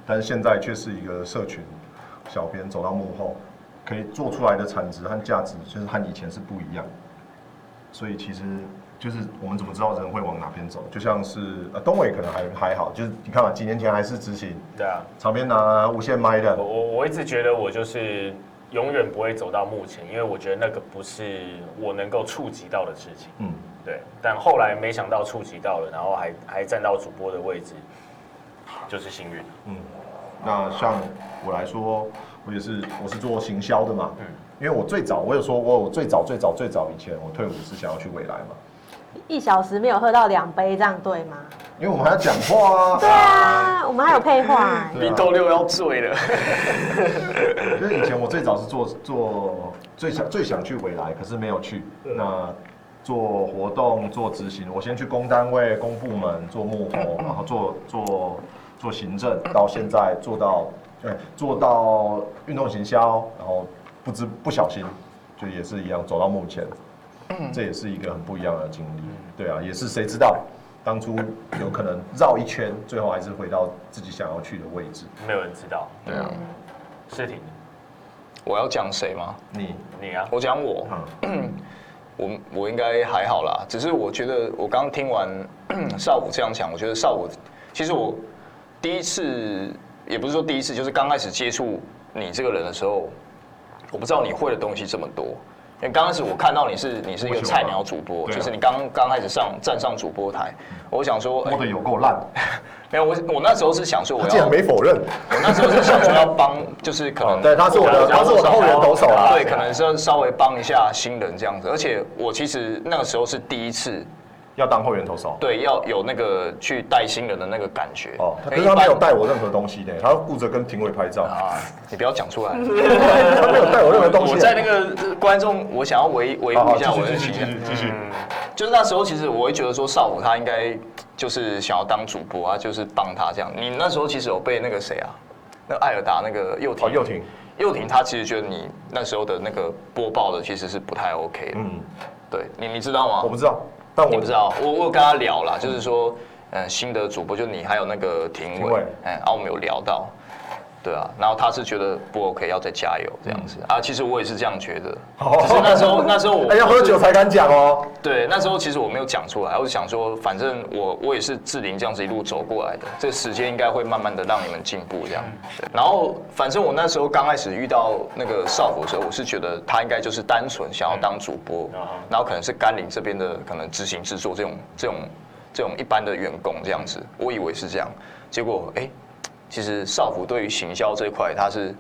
C: 但是现在却是一个社群小编走到幕后，可以做出来的产值和价值，就是和以前是不一样。所以其实就是我们怎么知道人会往哪边走？就像是呃东伟可能还还好，就是你看嘛，几年前还是执行
A: 对啊，
C: 长边拿无线麦的
A: 我，我我一直觉得我就是永远不会走到目前，因为我觉得那个不是我能够触及到的事情。
C: 嗯，
A: 对，但后来没想到触及到了，然后还还站到主播的位置，就是幸运。
C: 那像我来说，我也是我是做行销的嘛，嗯，因为我最早我有说过，我最早最早最早以前我退伍是想要去未来嘛，
D: 一小时没有喝到两杯，这样对吗？
C: 因为我们还要讲话啊，
D: 对啊，我们还有配话欸、
C: 对
B: 比
C: 啊
B: 斗六要醉了。
C: 就是以前我最早是做做最想最想去未来，可是没有去。那做活动做执行，我先去公单位、公部门做幕后，然后做做做行政，到现在做到对做到运动行销，然后不知不小心就也是一样走到目前，这也是一个很不一样的经历。对啊，也是谁知道。当初有可能绕一圈，最后还是回到自己想要去的位置。
A: 没有人知道，
B: 对啊，
A: 是挺
B: 我要讲谁吗？
C: 你，
A: 你啊，
B: 我讲我，
C: 嗯，
B: 我我应该还好啦，只是我觉得我刚听完 少武这样讲，我觉得少武其实我第一次也不是说第一次，就是刚开始接触你这个人的时候，我不知道你会的东西这么多。因为刚开始我看到你是你是一
C: 我
B: 个
C: 喜欢
B: 菜鸟主播，
C: 对啊
B: 就是你刚刚开始上站上主播台，我想说，哎
C: 摸的有够烂，
B: 没有我我那时候是想说我
C: 他
B: 要，
C: 竟然
B: 我
C: 没否认。
B: 那时候是想说要帮，就是可能
C: 对，他是我的，他是我的后援投手啊啦。
B: 对，可能是要稍微帮一下新人这样子。而且我其实那个时候是第一次，
C: 要当后援投手。
B: 对，要有那个去带新人的那个感觉。
C: 哦，他可
B: 因为一
C: 是他
B: 般
C: 没有带我任何东西呢，他顾着跟评委拍照，
B: 啊，你不要讲出来。
C: 他 没有带我任何东西。
B: 我在那个呃观众，我想要维维
C: 好
B: 护
C: 好
B: 一
C: 继
B: 下我
C: 续
B: 的
C: 继
B: 形
C: 续继
B: 象
C: 续。继续，
B: 就是那时候，其实我会觉得说，少武他应该就是想要当主播啊，就是帮他这样。你那时候其实有被那个谁啊，那艾尔达那个佑廷，
C: 哦佑廷，
B: 佑廷他其实觉得你那时候的那个播报的其实是不太 OK 的。
C: 嗯，
B: 对你你知道吗？
C: 我不知道，但
B: 你
C: 我
B: 不知道，我我有跟他聊啦，就是说，嗯，新的主播就你还有那个廷
C: 廷
B: 伟
C: 伟，
B: 哎，啊，我们有聊到，对啊，然后他是觉得不 OK，要再加油这样子啊，其实我也是这样觉得，
C: 嗯哦
B: 只是那时候那时候我
C: 哎，要喝酒才敢讲哦。
B: 对，那时候其实我没有讲出来，我就想说，反正我我也是志玲这样子一路走过来的，这时间应该会慢慢的让你们进步这样。对然后，反正我那时候刚开始遇到那个少辅的时候，我是觉得他应该就是单纯想要当主播，然后可能是甘霖这边的可能执行制作这种这种这种一般的员工这样子，我以为是这样，结果哎、其实少辅对于行销这一块他是。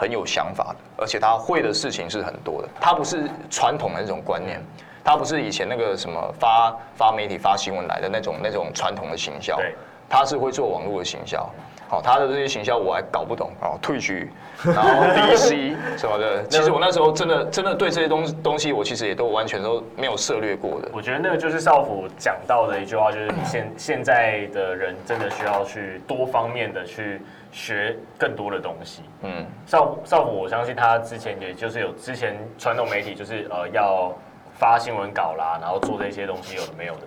B: 很有想法的，而且他会的事情是很多的。他不是传统的那种观念，他不是以前那个什么发发媒体发新闻来的那种那种传统的行销
A: 对，
B: 他是会做网络的行销。好，他的这些行销我还搞不懂哦，退局，然后 DC 什么的。其实我那时候真的真的对这些东西东西，我其实也都完全都没有涉略过的。
A: 我觉得那个就是少辅讲到的一句话，就是你现现在的人真的需要去多方面的去学更多的东西。
B: 嗯，
A: 少少辅，我相信他之前也就是有之前传统媒体就是呃要发新闻稿啦，然后做这些东西有的没有的，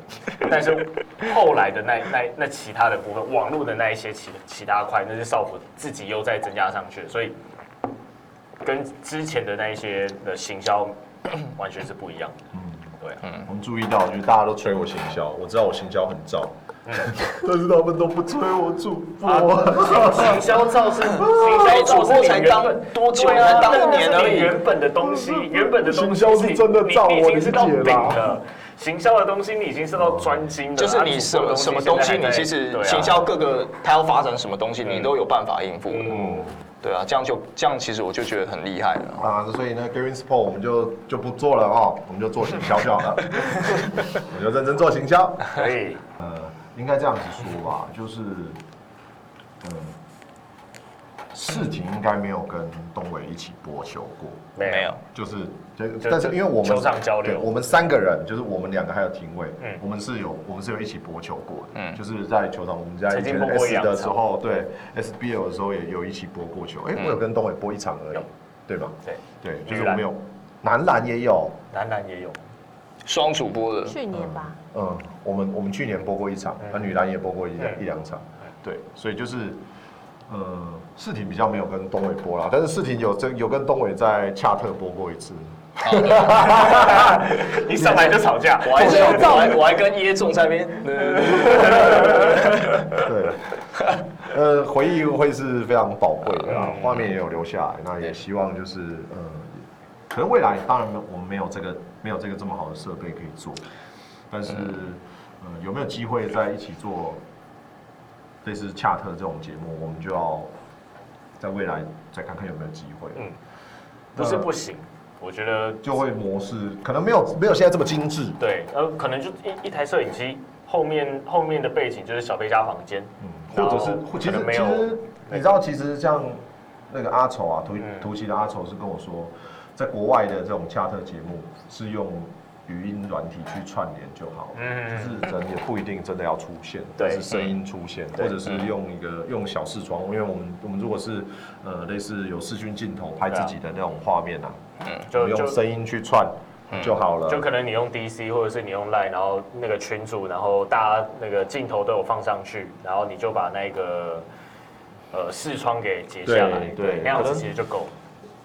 A: 但是后来的那那那其他的部分，网络的那一些其其他块，那是少辅自己又再增加上去的，所以 跟之前的那一些的行销完全是不一样的。对，对啊，
B: 嗯
C: 我们注意到，就是大家都吹我行销，我知道我行销很燥，
B: 嗯
C: 但是他们都不吹啊我主
A: 哦
B: 啊
C: 播。
A: 行销照是行
B: 哎
A: 销照
B: 主
A: 是
B: 播
A: 你
B: 才
A: 原
B: 当
A: 本。
B: 多久？
A: 对啊
B: 才当一
A: 那
B: 年
A: 那是
B: 而
A: 你
B: 已。
A: 原本的东西，原本的东西
C: 行销是真的照
A: 你你已
C: 我
A: 经是
C: 理
A: 到
C: 解
A: 顶
C: 啦
A: 了。行销的东西你已经是到专精了，
B: 就是
A: 啊
B: 你什
A: 做
B: 么
A: 的
B: 什么
A: 现
B: 东
A: 在
B: 西，
A: 还
B: 你
A: 在
B: 其实
A: 对啊
B: 行销各个它要发展什么东西，你都有办法应付。
C: 嗯，
B: 对啊，这样就这样，其实我就觉得很厉害了。
C: 啊，所以呢 g r e e n s p o r t 我们就就不做了哦，我们就做行销就好 了，我就认真做行销。
A: 可以，
C: 呃，应该这样子说吧，就是，嗯，事情应该没有跟东伟一起播球过，
B: 没有，
C: 就是，就
A: 就
C: 但是因为我们
A: 球场交流
C: 对我们三个人，就是我们两个还有廷伟，
A: 嗯
C: 我们是有我们是有一起播球过的，
B: 嗯
C: 就是在球场我们在
A: 曾
C: 以
A: 经播
C: 前
A: 过
C: S
A: 一两
C: 的时候，对 SBL 的时候也有一起播过球，哎、
B: 嗯
C: 我有跟东伟播一场而已
A: 有，
C: 对吧？
A: 对，
C: 对，就
A: 女
C: 是我
A: 篮
C: 们有，男篮也有，
A: 男篮也有，
B: 双主播 的，
D: 欸去年吧，
C: 嗯，我们我们去年播过一场，那、
A: 嗯
C: 女篮也播过一两、
A: 嗯
C: 一两场，对，所以就是，呃，世廷比较没有跟东伟播啦，但是世廷有真有跟东伟在恰特播过一次，
A: 一上来就吵架，
B: 我还是我还我还跟耶仲在那边，对对对
C: 对，呃，回忆会是非常宝贵的啊
A: 嗯，
C: 画面也有留下来，那也希望就是，呃，可能未来当然没有我们没有这个没有这个这么好的设备可以做，但是，
A: 嗯
C: 呃，有没有机会在一起做类似恰特这种节目，我们就要在未来再看看有没有机会，
A: 嗯不是不行，我觉得
C: 就会模式可能没有没有现在这么精致，
A: 对，呃，可能就一一台摄影机，后面后面的背景就是小贝家房间，
C: 嗯或者是
A: 然后
C: 其
A: 可
C: 实
A: 能没
C: 其
A: 有
C: 实你知道，其实像那个阿丑啊，图
A: 嗯
C: 图奇的阿丑是跟我说，在国外的这种恰特节目是用语音软体去串联就好，
A: 嗯
C: 就是人也不一定真的要出现，
A: 对嗯
C: 但是声音出现，
A: 对
C: 或者是用一个用小视窗，因为我们我们如果是呃类似有视讯镜头拍自己的那种画面啊，我
A: 啊就
C: 们用啊
A: 就嗯
C: 声音去串就好了，
A: 就可能你用 DC 或者是你用 Line，然后那个群组，然后大家那个镜头都有放上去，然后你就把那个呃视窗给截下来，
C: 对对
A: 那样
C: 可
A: 子
C: 能
A: 其实就够了。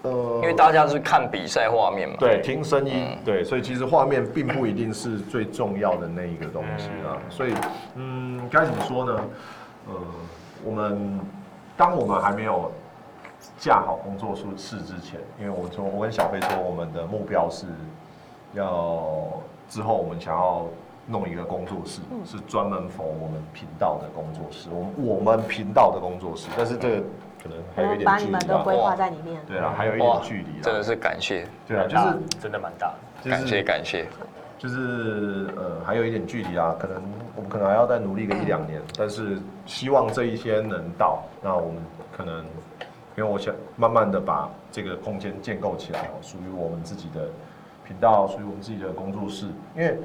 C: 呃
B: 因为大家是看比赛画面嘛。
C: 对，听声音，
B: 嗯
C: 对，所以其实画面并不一定是最重要的那一个东西啊。所以，嗯，该怎么说呢？呃，我们当我们还没有架好工作室之前，因为我说我跟小飞说，我们的目标是要之后我们想要弄一个工作室，
B: 嗯
C: 是专门 for 我们频道的工作室，我们我们频道的工作室，但是这
B: 嗯
C: 个可能还有一
D: 我
C: 点
D: 把
C: 距
D: 你
C: 离
D: 们都
C: 啦。
D: 规划在里面。
C: 对啊，还有一点
B: 哇
C: 距离
B: 真
C: 啦。
B: 的是感谢，
C: 对啊，就
A: 大
C: 是
A: 真的蛮大的。
C: 就是
B: 感谢，感谢。
C: 就是呃，还有一点距离啊，可能我们可能还要再努力个一两年，但是希望这一些能到。那我们可能，因为我想慢慢的把这个空间建构起来哦，属于我们自己的频道，属于我们自己的工作室。因为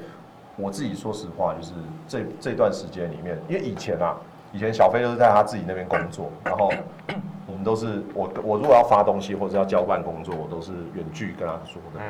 C: 我自己说实话，就是这这段时间里面，因为以前啊，以前小飞都是在他自己那边工作，然后我们都是我我如果要发东西或者要交办工作，我都是远距跟他说的。
A: 嗯，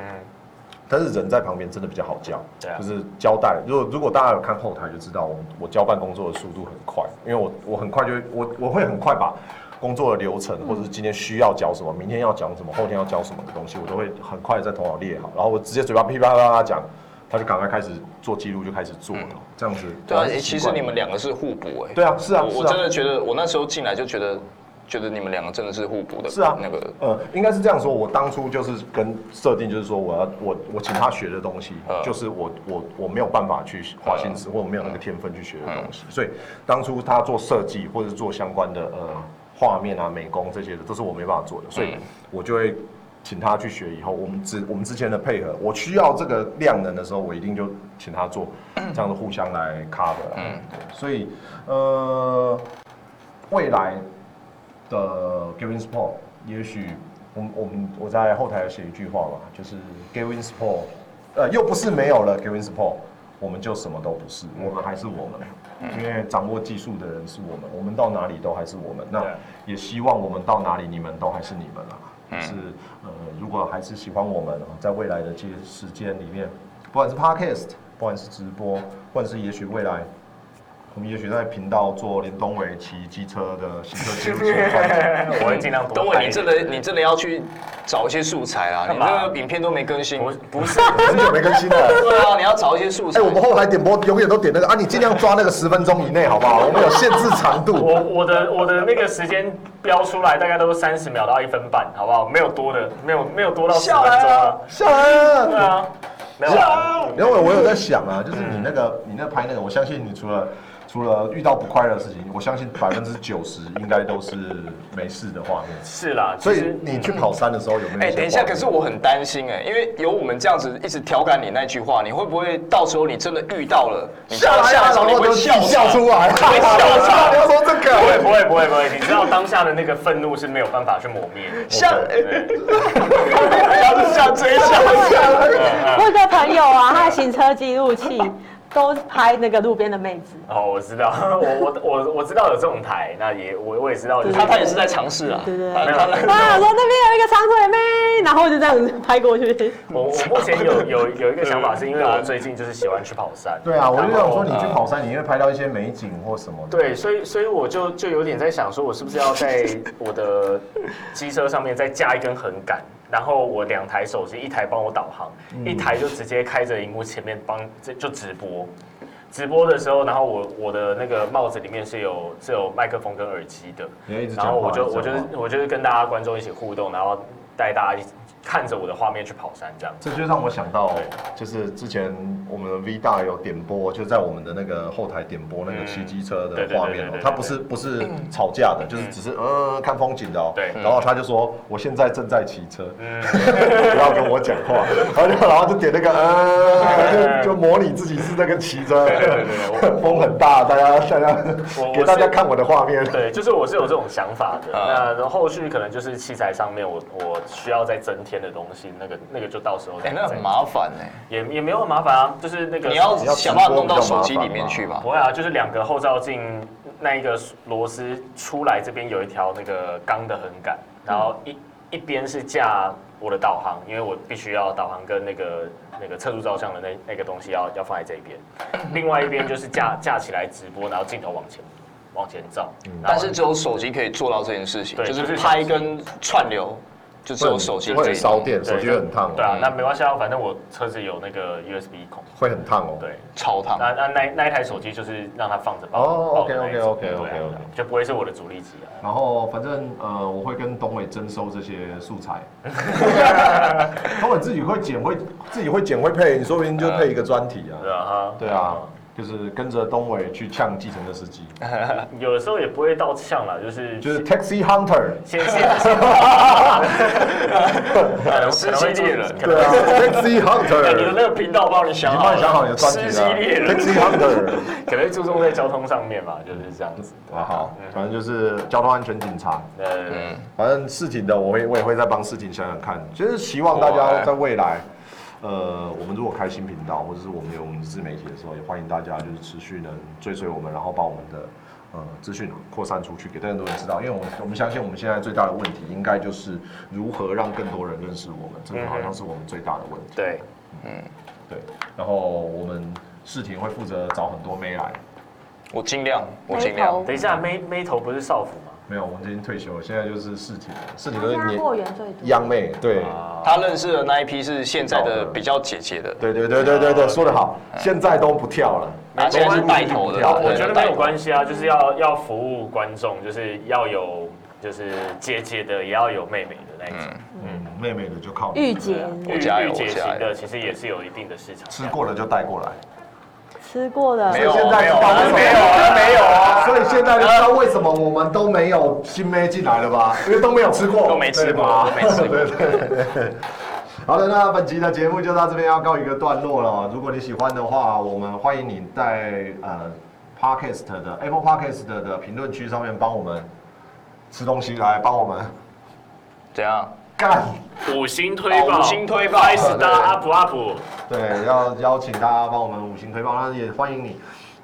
C: 但是人在旁边真的比较好教，
A: 对啊
C: 就是交代。如果如果大家有看后台就知道，我我交办工作的速度很快，因为我我很快就会我我会很快把工作的流程，
B: 嗯
C: 或者是今天需要讲什么，明天要讲什么，后天要讲什么的东西，我都会很快地在头脑列好，然后我直接嘴巴噼啪啪啪讲，他就赶快开始做记录，就开始做
B: 嗯
C: 了，这样子。
B: 对啊，
C: 然后
B: 诶其实你们
C: 习
B: 两个是互补哎。
C: 惯对啊，是啊，
B: 我
C: 是
B: 我真
C: 啊。
B: 的觉得，我那时候进来就觉得，觉得你们两个真的是互补的。
C: 是啊，
B: 那个
C: 呃，应该是这样说。我当初就是跟设定，就是说我要我我请他学的东西，
B: 嗯
C: 就是我我我没有办法去花心思，或我没有那个天分去学的东
B: 嗯
C: 西。所以当初他做设计或者是做相关的呃画面啊、美工这些的，都是我没办法做的，所以
B: 嗯
C: 我就会。请他去学以后，我们之我们之前的配合，我需要这个量能的时候，我一定就请他做，这样子互相来 cover 啊。
B: 嗯
C: 对所以呃，未来的 Gavin Sport，也许我们我们我在后台有写一句话嘛，就是 Gavin Sport，呃，又不是没有了 Gavin Sport，我们就什么都不是，我们还是我们，因为掌握技术的人是我们，我们到哪里都还是我们。那
A: 对
C: 也希望我们到哪里，你们都还是你们啦。就是呃，如果还是喜欢我们，在未来的这些时间里面，不管是 Podcast，不管是直播，不管是也许未来我们也许在频道做林东伟骑机车的行车记录器的专 题。
A: 嗯我会尽量多
B: 等
A: 拍
B: 会
A: 一
B: 你真
A: 点。
B: 的你真的要去找一些素材啊！
A: 干
B: 你
A: 嘛
B: 那个影片都没更新，
A: 不
B: 对
A: 是不是，
C: 很久没更新了。
B: 啊，你要找一些素材。
C: 哎、我们后台点播永远都点那个啊，你尽量抓那个十分钟以内，好不 好？我们有限制长度。
A: 我我的我的那个时间标出来大概都是三十秒到一分半，好不好？没有多的，没有没有多到十分
B: 笑
A: 钟
B: 来
A: 啊
B: 了。
C: 下来
A: 对
C: 了。
A: 啊，没有啊。
C: 因为我有在想啊，就是你那个你那拍那个，我相信你除了除了遇到不快乐的事情，我相信百分之九十应该都是没事的画面。
A: 是啦，
C: 所
A: 其
C: 以
A: 实
C: 你去跑山的时候有没有？
B: 哎、等一下，可是我很担心哎、因为有我们这样子一直调侃你那句话，你会不会到时候你真的遇到了，你
C: 下来
B: 下
C: 了，
B: 的时候
C: 然
B: 你
C: 后
B: 会
C: 就
B: 笑
C: 笑出来，
B: 会笑 场
C: 不要说这
A: 不会不
C: 个。
A: 会不会不会，你知道当下的那个愤怒是没有办法去磨灭的。
B: 像
A: 对
B: 下次下追下嗯
D: 我有个朋友啊，他的行车记录 器都拍那个路边的妹子，
A: 哦，我知道， 我我我我知道有这种台，那也我我也知道，就是
B: 他他也是在尝试啊，
D: 对对对
B: 他他
D: 我想说那边有一个长腿妹，然后我就这样子拍过去。
A: 我我目前有有有一个想法，是因为我最近就是喜欢去跑山。
C: 对啊，我就
A: 然
C: 想
A: 后
C: 说，你去跑山，你会拍到一些美景或什么的。
A: 对，所以所以我就就有点在想，说我是不是要在我 的机车上面再架一根横杆，然后我两台手机，一台帮我导航，
C: 嗯
A: 一台就直接开着荧幕前面帮就就直播。直播的时候，然后我我的那个帽子里面是有是有麦克风跟耳机的，
C: 你要一直讲
A: 然
C: 话
A: 后我就
C: 一直
A: 我就
C: 讲
A: 是
C: 话
A: 我就是跟大家观众一起互动，然后带大家一起看着我的画面去跑山这 样。
C: 这就让我想到，就是之前我们的 V 大有点播，就在我们的那个后台点播那个骑机车
A: 对对
C: 的
A: 对
C: 画面哦
A: 对对对，嗯
C: 他不是不是吵架的，就是只是呃看风景的哦。
A: 对嗯
C: 然后他就说我现在正在骑车， 不要跟我讲话，然后就然后就点那个呃，就就模拟自己是那个骑车
A: 对对对对，
C: 风很大，大家大家
A: 我我
C: 给大家
A: 是
C: 看我的画面。
A: 对，就是我是有这种想法的。
B: 啊
A: 那后续可能就是器材上面我，我需要再增添的东西，那个那个就到时候再。
B: 哎、那很麻烦哎、
A: 也也没有很麻烦啊，就是那个
B: 你要
C: 要
B: 想办法
C: 直播
B: 弄到
C: 比较麻
B: 手
C: 烦
B: 机里面去吧
A: 不。会啊，就是两个后照镜那一个螺丝出来这边有一条那个钢的横杆，然后一、一边是架我的导航，因为我必须要导航跟那个那个测速照相的那那个东西要要放在这一边，另外一边就是架架起来直播，然后镜头往前往前照，然后
B: 嗯但是只有手机可以做到这件事情，
A: 对
B: 就
A: 就是是
B: 拍跟串流，就只有手机可
C: 会
B: 以
C: 很烧电，手
A: 对
C: 机会很烫
A: 对啊
C: 哦，，
A: 那没关系啊，反正我车子有那个 USB 孔。
C: 会很烫哦。
A: 对，
B: 超烫。
A: 那那那那一台手机就是让它放着吧。
C: 哦
A: 抱着那
C: OK，OK，
A: 一种
C: OK，OK，
A: 对啊
C: OK，OK
A: 就不会是我的主力机啊。
C: 然后反正呃，我会跟董伟征收这些素 材。董伟自己会剪，会自己会剪会配，你说不定就配一个专题
A: 对
C: 啊。
A: 啊哈，
C: 对啊，就是跟着东伟去呛计程车司机，
A: 有的时候也不会到呛啦，就是
C: 就是 Taxi Hunter，
A: 先先 先，可能
B: 失去猎人
A: 可能哎
C: 对啊，Taxi
B: 你的
C: Hunter，
B: 那个频道帮你
C: 已
B: 想
C: 经
B: 好
C: 帮
B: 了，
C: 你想好你的专题
B: 司机猎
C: 了
B: 人。
C: ，Taxi Hunter。
A: 可能注重在交通上面嘛，就是这样子。
C: 啊好，反正就是交通安全警察。
A: 呃，
C: 反正事情的，我会我也会再帮事情想想看。就是希望大家在未来，呃，我们如果开新频道，或者是我们有我们的自媒体的时候，也欢迎大家就是持续能追随我们，然后把我们的呃资讯扩散出去，给更多人知道。因为我们我们相信我们现在最大的问题，应该就是如何让更多人认识我们，这个好像是我们最大的问题。
A: 对，
C: 对，然后我们事情会负责找很多妹来。
B: 我尽量，我尽
D: 眉
B: 量
D: 头。
A: 等一下，妹妹头不是少妇吗？
C: 没有，我们已经退休了，现在就是事情，事情
D: 他
C: 都是
D: 家
C: 年
D: 货源最多。
C: 央妹，对。
B: 他认识的那一批是现在的比较姐姐的，
C: 对对对对对对，说得好，现在都不跳了，
B: 呃而且是带头的。
C: 我
A: 我
B: 对
A: 觉得没有关系啊，就是要要服务观众，就是要有就是姐姐的，也要有妹妹的那一种。
C: 嗯，妹妹的就靠你
D: 御姐
B: 嗯我加油
A: 御姐
B: 我加
A: 型的
B: 油
A: 其实也是有一定的市场。
C: 吃过了就带过来，
D: 吃过的，
B: 没有
C: 所以现在
B: 没有
C: 知道为什么
B: 没有啊没有啊
C: 所以现在就知道为什么我们都没有新妹进来了吧？因为都没有吃过，
B: 都没吃过
C: 对吧
B: 都没吃过
C: 对对对对 好的，那本集的节目就到这边要告一个段落了。如果你喜欢的话，我们欢迎你在呃 Podcast 的 Apple Podcast 的评论区上面帮我们吃东西，来帮我们
B: 怎样？
C: 干。
A: 五星推
B: 哦
A: 爆，
B: 五星推爆
A: five star
B: 对
A: up up。
C: 对，要邀请大家帮我们五星推爆，那也欢迎你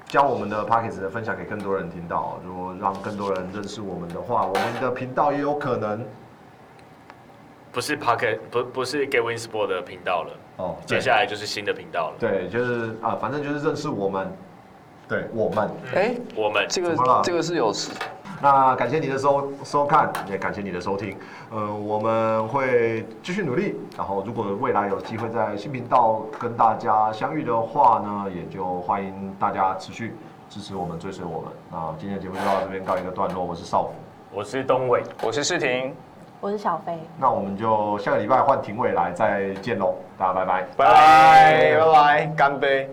C: 将我们的 p a c k a g e 分享给更多人听到。如果让更多人认识我们的话，我们的频道也有可能
A: 不是 Pocket，不不是 g a w i n Sport 的频道了，
C: 哦
A: 接下来就是新的频道了。
C: 对，就是啊、反正就是认识我们，对我们。
B: 哎，
A: 我们
B: 这
C: 怎么了
B: 个这个是有
C: 那感谢你的收收看，也感谢你的收听。呃，我们会继续努力，然后如果未来有机会在新频道跟大家相遇的话呢，也就欢迎大家持续支持我们，追随我们。那今天的节目就到这边告一个段落，我是少辅，
A: 我是东伟，
B: 我是世婷，
D: 我是小飞。
C: 那我们就下个礼拜换庭伟来再见喽，大家拜拜。
B: 拜拜拜拜，干杯。